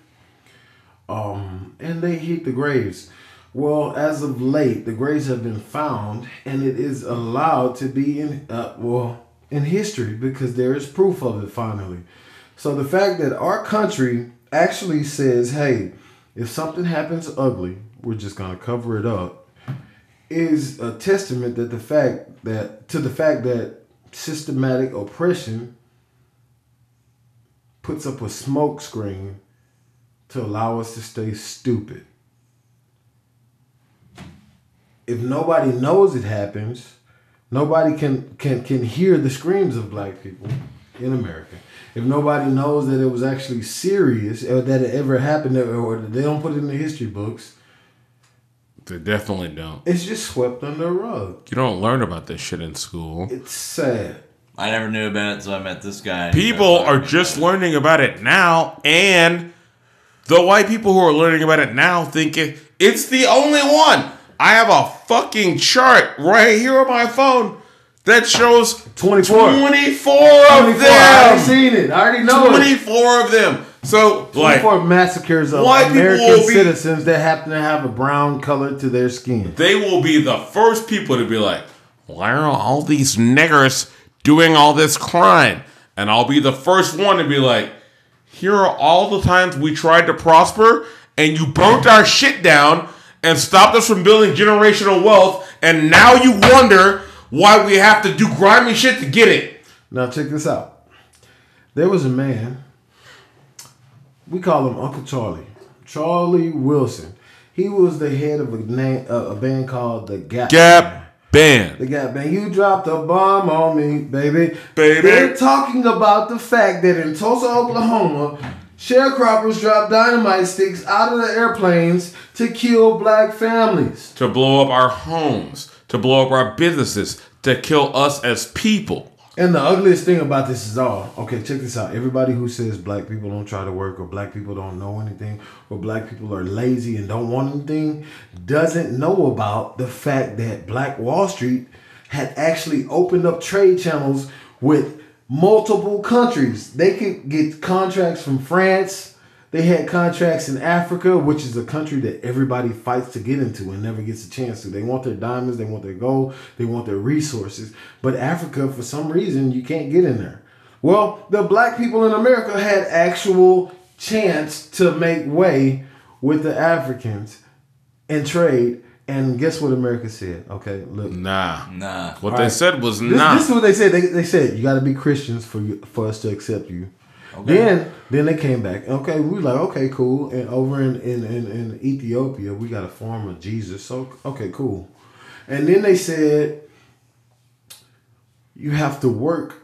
Um, and they hid the graves. Well, as of late, the graves have been found, and it is allowed to be in uh, well in history because there is proof of it finally. So the fact that our country actually says, "Hey, if something happens ugly, we're just gonna cover it up," is a testament that the fact that to the fact that systematic oppression puts up a smoke screen to allow us to stay stupid. If nobody knows it happens, nobody can can can hear the screams of black people in America. If nobody knows that it was actually serious or that it ever happened or or that they don't put it in the history books,
They definitely don't.
it's just swept under the rug.
You don't learn about this shit in school.
It's sad.
I never knew about it, so I met this guy. and he
People
started
are
talking
just
about
learning about it now, and the white people who are learning about it now think it, it's the only one. I have a fucking chart right here on my phone that shows 24
24.
of
24, I already
them.
seen it. I already know it.
24 of them. So, like,
24 massacres of
white people
American
will be-
citizens that happen to have a brown color to their skin.
they will be the first people to be like, why are all these niggers doing all this crime? And I'll be the first one to be like, here are all the times we tried to prosper and you burnt our shit down and stopped us from building generational wealth. And now you wonder why we have to do grimy shit to get it.
Now check this out. There was a man. We call him Uncle Charlie. Charlie Wilson. He was the head of a na- uh, a band called the Gap.
Gap ban.
The Gap Band. You dropped a bomb on me, baby.
Baby.
They're talking about the fact that in Tulsa, Oklahoma, sharecroppers dropped dynamite sticks out of the airplanes to kill black families.
To blow up our homes, to blow up our businesses, to kill us as people.
And the ugliest thing about this is all okay. Check this out. Everybody who says black people don't try to work, or black people don't know anything, or black people are lazy and don't want anything, doesn't know about the fact that Black Wall Street had actually opened up trade channels with multiple countries. They could get contracts from France. They had contracts in Africa, which is a country that everybody fights to get into and never gets a chance to. They want their diamonds, they want their gold, they want their resources. But Africa, for some reason, you can't get in there. Well, the black people in America had actual chance to make way with the Africans and trade. And guess what America said? Okay, look.
Nah.
it. Nah.
What they said was
This,
not.
this is what they said. They, they said you got to be Christians for you, for us to accept you. Then then they came back. Okay, we like okay, cool. And over in in, in in Ethiopia, we got a form of Jesus. So okay, cool. And then they said you have to work.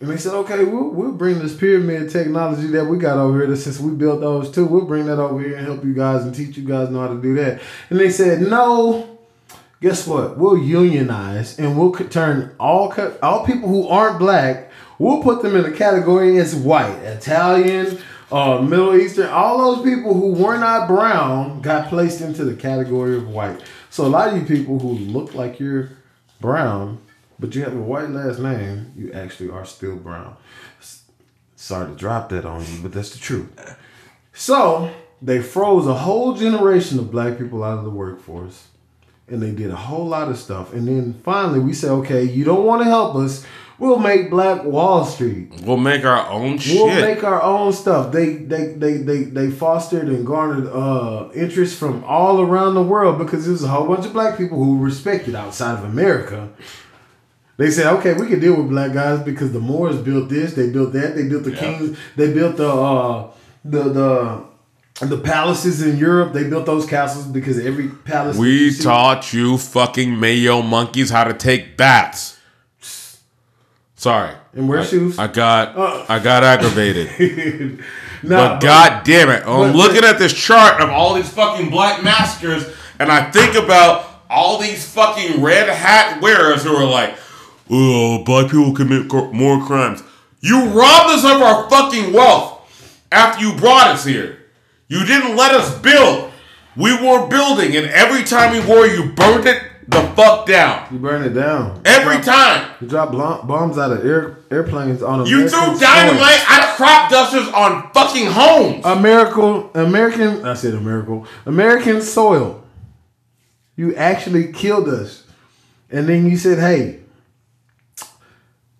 And they said, okay, we'll, we'll bring this pyramid technology that we got over here. That since we built those too, we'll bring that over here and help you guys and teach you guys know how to do that. And they said, no, guess what? We'll unionize and we'll co- turn all co- all people who aren't black. We'll put them in a category as white, Italian, uh, Middle Eastern. All those people who were not brown got placed into the category of white. So a lot of you people who look like you're brown, but you have a white last name, you actually are still brown. S- Sorry to drop that on you, but that's the truth. So they froze a whole generation of black people out of the workforce and they did a whole lot of stuff. And then finally, we said, okay, you don't want to help us. We'll make Black Wall Street.
We'll make our own shit.
We'll make our own stuff. They they they they they fostered and garnered uh interest from all around the world because there's a whole bunch of black people who respected outside of America. They said, okay, we can deal with black guys because the Moors built this, they built that, they built the
Yeah.
kings, they built the uh the the the palaces in Europe, they built those castles because every palace that you
we
see-
taught you fucking mayo monkeys how to take baths. Sorry.
And wear
I,
shoes.
I got
uh.
I got aggravated.
Nah,
But god damn it, I'm
but-
looking at this chart of all these fucking black maskers, and I think about all these fucking red hat wearers who are like, "Oh, black people commit cr- more crimes." You robbed us of our fucking wealth after you brought us here. You didn't let us build. We were building, and every time we wore, you burned it the fuck down.
you burn it down.
Every time.
You drop blom- bombs out of air- airplanes on American
You threw
soil.
dynamite out of crop dusters on fucking homes.
A miracle, American. I said a miracle. American soil. You actually killed us, and then you said, "Hey,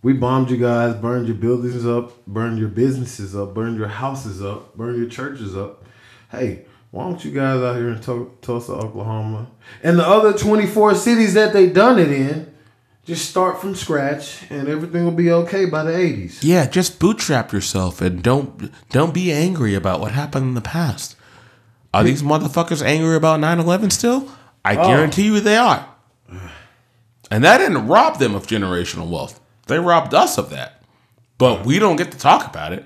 we bombed you guys, burned your buildings up, burned your businesses up, burned your houses up, burned your churches up. Hey, why don't you guys out here in Tul- Tulsa, Oklahoma, and the other twenty-four cities that they done it in?" Just start from scratch and everything will be okay by the 80s.
Yeah, just bootstrap yourself and don't don't be angry about what happened in the past. Are these motherfuckers angry about 9/11 still? I
Oh.
guarantee you they are. And that didn't rob them of generational wealth. They robbed us of that. But we don't get to talk about it.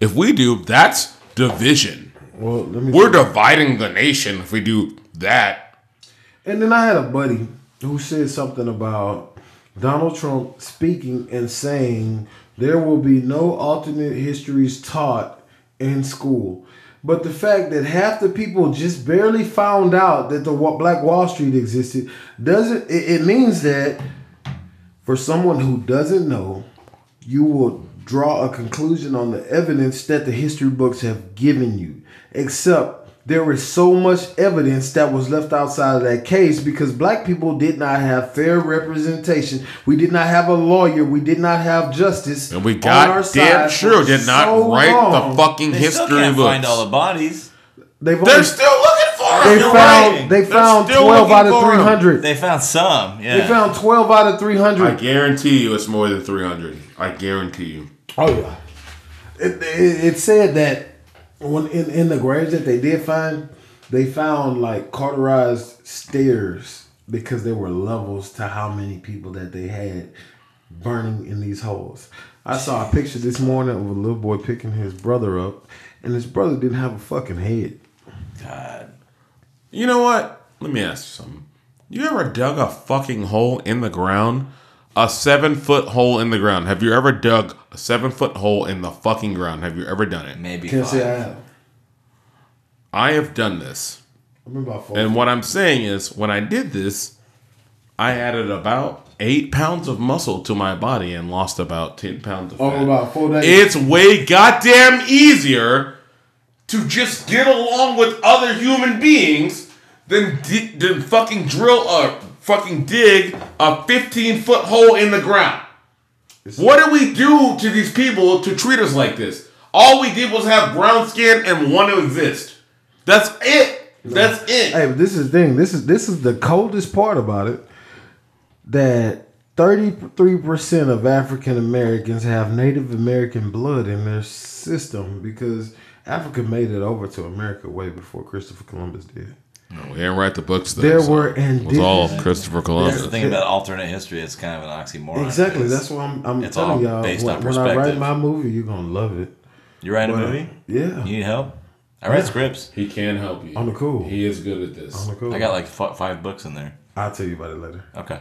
If we do, that's division.
Well, let me
We're dividing the nation if we do that.
And then I had a buddy who said something about Donald Trump speaking and saying there will be no alternate histories taught in school. But the fact that half the people just barely found out that the Wa- Black Wall Street existed doesn't it, it means that for someone who doesn't know, you will draw a conclusion on the evidence that the history books have given you. Except there was so much evidence that was left outside of that case because black people did not have fair representation. We did not have a lawyer. We did not have justice.
And we
on
got
our
damn
side
sure
for
did not
so
write
long.
the fucking
They
history
still can't
books.
find all the bodies.
They've
They're
only-
still looking for us.
they
You're
You're
found
right.
they
They're
found
still
twelve out of
looking for
three
'em.
hundred.
They found some. Yeah.
They found twelve out of three
I
hundred.
guarantee you it's more than 300. I guarantee you.
Oh yeah. It, it, it said that when in, in the graves that they did find, they found like cauterized stairs because there were levels to how many people that they had burning in these holes. I saw a picture this morning of a little boy picking his brother up, and his brother didn't have a fucking head.
God.
You know what? Let me ask you something. You ever dug a fucking hole in the ground? A seven foot hole in the ground. Have you ever dug a seven foot hole in the fucking ground? Have you ever done it?
Maybe
Can't say I
five.
have.
I have done this.
I'm about four.
And what I'm saying is, when I did this, I added about eight pounds of muscle to my body and lost about 10 pounds of fat.
Over about four days.
It's way goddamn easier to just get along with other human beings than di- than fucking drill a fucking dig a 15 foot hole in the ground. What did we do to these people to treat us like this? All we did was have brown skin and want to exist. That's it. That's it.
Hey, but this is the thing. This is this is the coldest part about it. That thirty three percent of African Americans have Native American blood in their system because Africa made it over to America way before Christopher Columbus did.
We didn't write the books. Though,
There were indigenous.
Christopher
That's the
Columbus.
thing about alternate history. It's kind of an oxymoron.
exactly.
It's-
That's why I'm, I'm
It's
telling
all
y'all.
based
when,
on
when I write
perspective.
my movie, you're gonna love it.
you write a
But,
movie.
Yeah.
You need help. I write scripts.
He can help you.
On the cool.
He is good at this.
I'm like, cool.
I got like f- five books in there.
I'll tell you about it later.
Okay.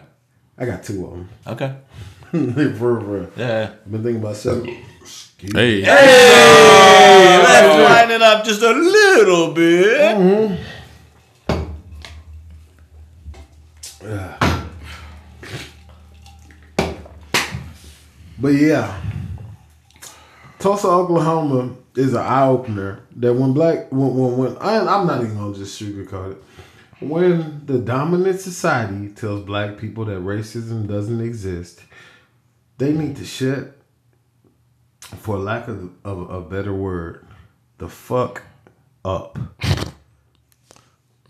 I got two of them.
Okay.
for real.
Yeah.
I've been thinking about seven.
Hey.
Let's line it up just a little bit.
But yeah, Tulsa, Oklahoma is an eye opener that when black when when, when I, I'm not even gonna just sugarcoat it. When the dominant society tells black people that racism doesn't exist, They need to shut, for lack of, of a better word, the fuck up.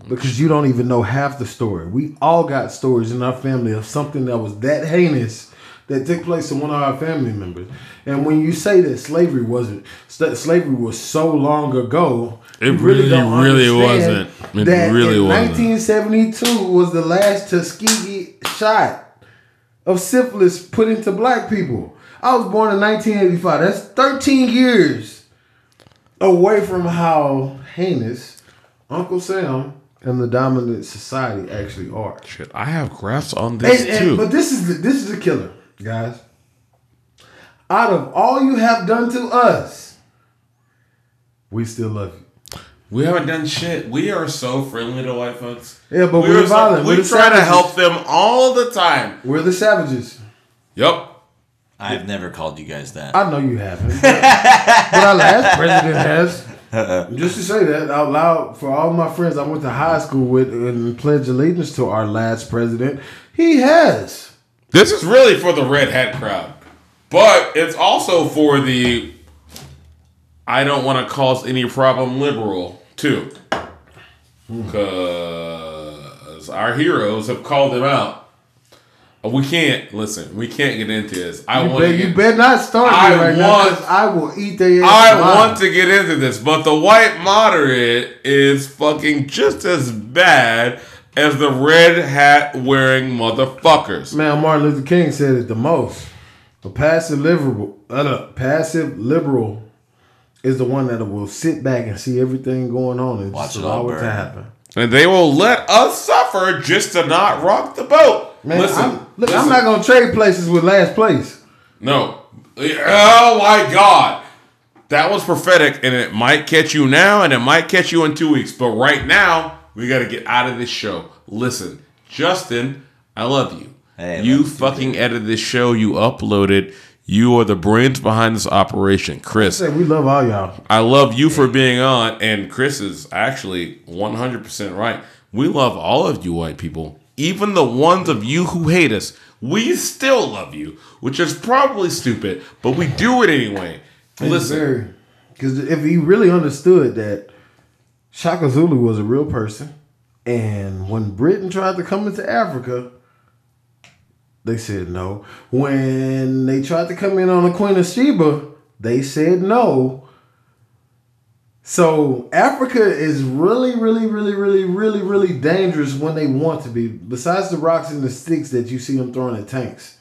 Because you don't even know half the story. We all got stories in our family of something that was that heinous that took place to one of our family members. And when you say that slavery wasn't, that slavery was so long ago,
It
you
really,
don't
really
understand
wasn't. It
that
really
in
wasn't.
1972 was the last Tuskegee shot of syphilis put into black people. I was born in 1985. That's 13 years away from how heinous Uncle Sam and the dominant society actually are.
Shit, I have graphs on this
And- and-
too.
but this is the, this is the killer, guys. Out of all you have done to us, we still love you.
we haven't done shit. We are so friendly to white folks.
Yeah, but
are
we're violent.
we
We're the
try to
savages.
help them all the time.
We're the savages.
Yep.
I've never called you guys that.
I know you haven't, but our last president has. Just to say that out loud for all my friends I went to high school with and pledged allegiance to our last president, he has.
This is really for the red hat crowd, but it's also for the I don't want to cause any problem liberal too, because our heroes have called him out. We can't listen. We can't get into this. I
You,
want.
bet,
to
you
get-
better not start
I
me right now. 'cause
want-
I will eat their ass.
I
alive.
want to get into this, but the white moderate is fucking just as bad as the red hat wearing motherfuckers.
Man, Martin Luther King said it the most. A passive liberal, uh, no, passive liberal, is the one that will sit back and see everything going on and
Watch
just
it all
allow it to
burn.
happen.
And they will let us suffer just to not rock the boat.
Man,
listen,
I'm, look, I'm
listen.
not gonna trade places with last place.
No. Oh my God. That was prophetic, and it might catch you now, and it might catch you in two weeks. But right now, we got to get out of this show. Listen, Justin, I love you.
Hey, I love
you
you too,
fucking edited this show. You uploaded. You are the brains behind this operation, Chris.
Say we love all y'all.
I love you for being on, and Chris is actually 100% right. We love all of you white people, even the ones of you who hate us. We still love you, which is probably stupid, but we do it anyway. Listen,
because if he really understood that Shaka Zulu was a real person, and when Britain tried to come into Africa, they said no. When they tried to come in on the Queen of Sheba, they said no. So Africa is really, really, really, really, really, really dangerous when they want to be. Besides the rocks and the sticks that you see them throwing at tanks.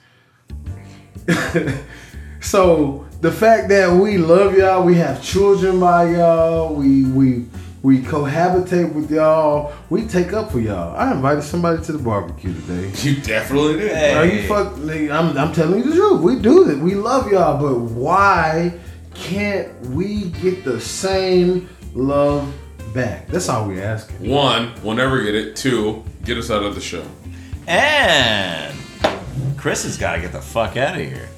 So the fact that we love y'all, we have children by y'all, we we we cohabitate with y'all, we take up for y'all. I invited somebody to the barbecue today.
you definitely did.
Hey.
Are you fuck? nigga, I'm I'm telling you the truth. We do it. We love y'all, but why can't we get the same love back? That's all we asking.
One, we'll never get it. Two, get us out of the show.
And Chris has got to get the fuck out of here.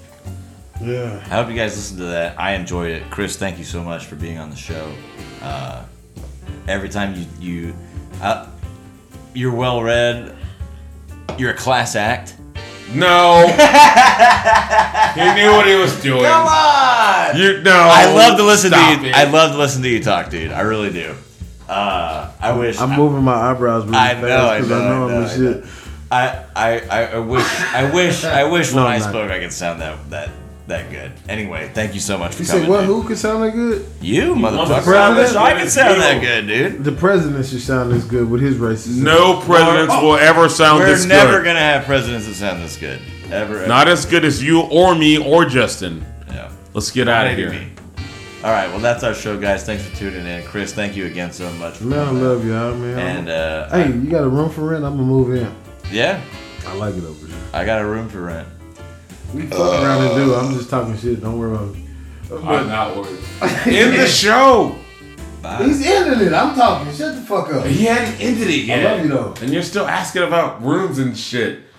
Yeah.
I hope you guys listened to that. I enjoyed it. Chris, thank you so much for being on the show. Uh, every time you you uh, you're well read, you're a class act.
No. he knew what he was doing.
Come on!
You, no.
I love to listen to
Stop
you.
it.
I love to listen to you talk, dude. I really do. Uh, I wish
I'm moving my eyebrows really
I
fast
know, I
because I
know,
know,
I know,
I'm
I
the
know.
shit.
I, I, I- I wish I wish I wish
No,
when I
I'm not.
spoke I could sound that that that good. Anyway, thank you so much for
You
coming.
say what?
dude.
Who could sound that good?
You
motherfucker.
motherfucker! I wish I could sound that
You.
good, dude.
The president should sound as good with his racism.
no presidents will ever sound
We're
this
never
good.
gonna have presidents that sound this good ever. ever.
Not as good as you or me or Justin.
Yeah.
Let's get out of
Maybe
here.
me. All right, well that's our show, guys. Thanks for tuning in, Chris. Thank you again so much. For
Man, I
coming.
love y'all, man.
And uh,
hey, you got a room for rent? I'm gonna move in.
yeah,
I like it over here.
I got a room for rent.
We fuck around and do. it. I'm just talking shit. Don't worry about it.
I'm not worried. End the show.
He's ending it. I'm talking. Shut the fuck up.
He hadn't ended it
I
yet.
love you though.
And you're still asking about rooms and shit.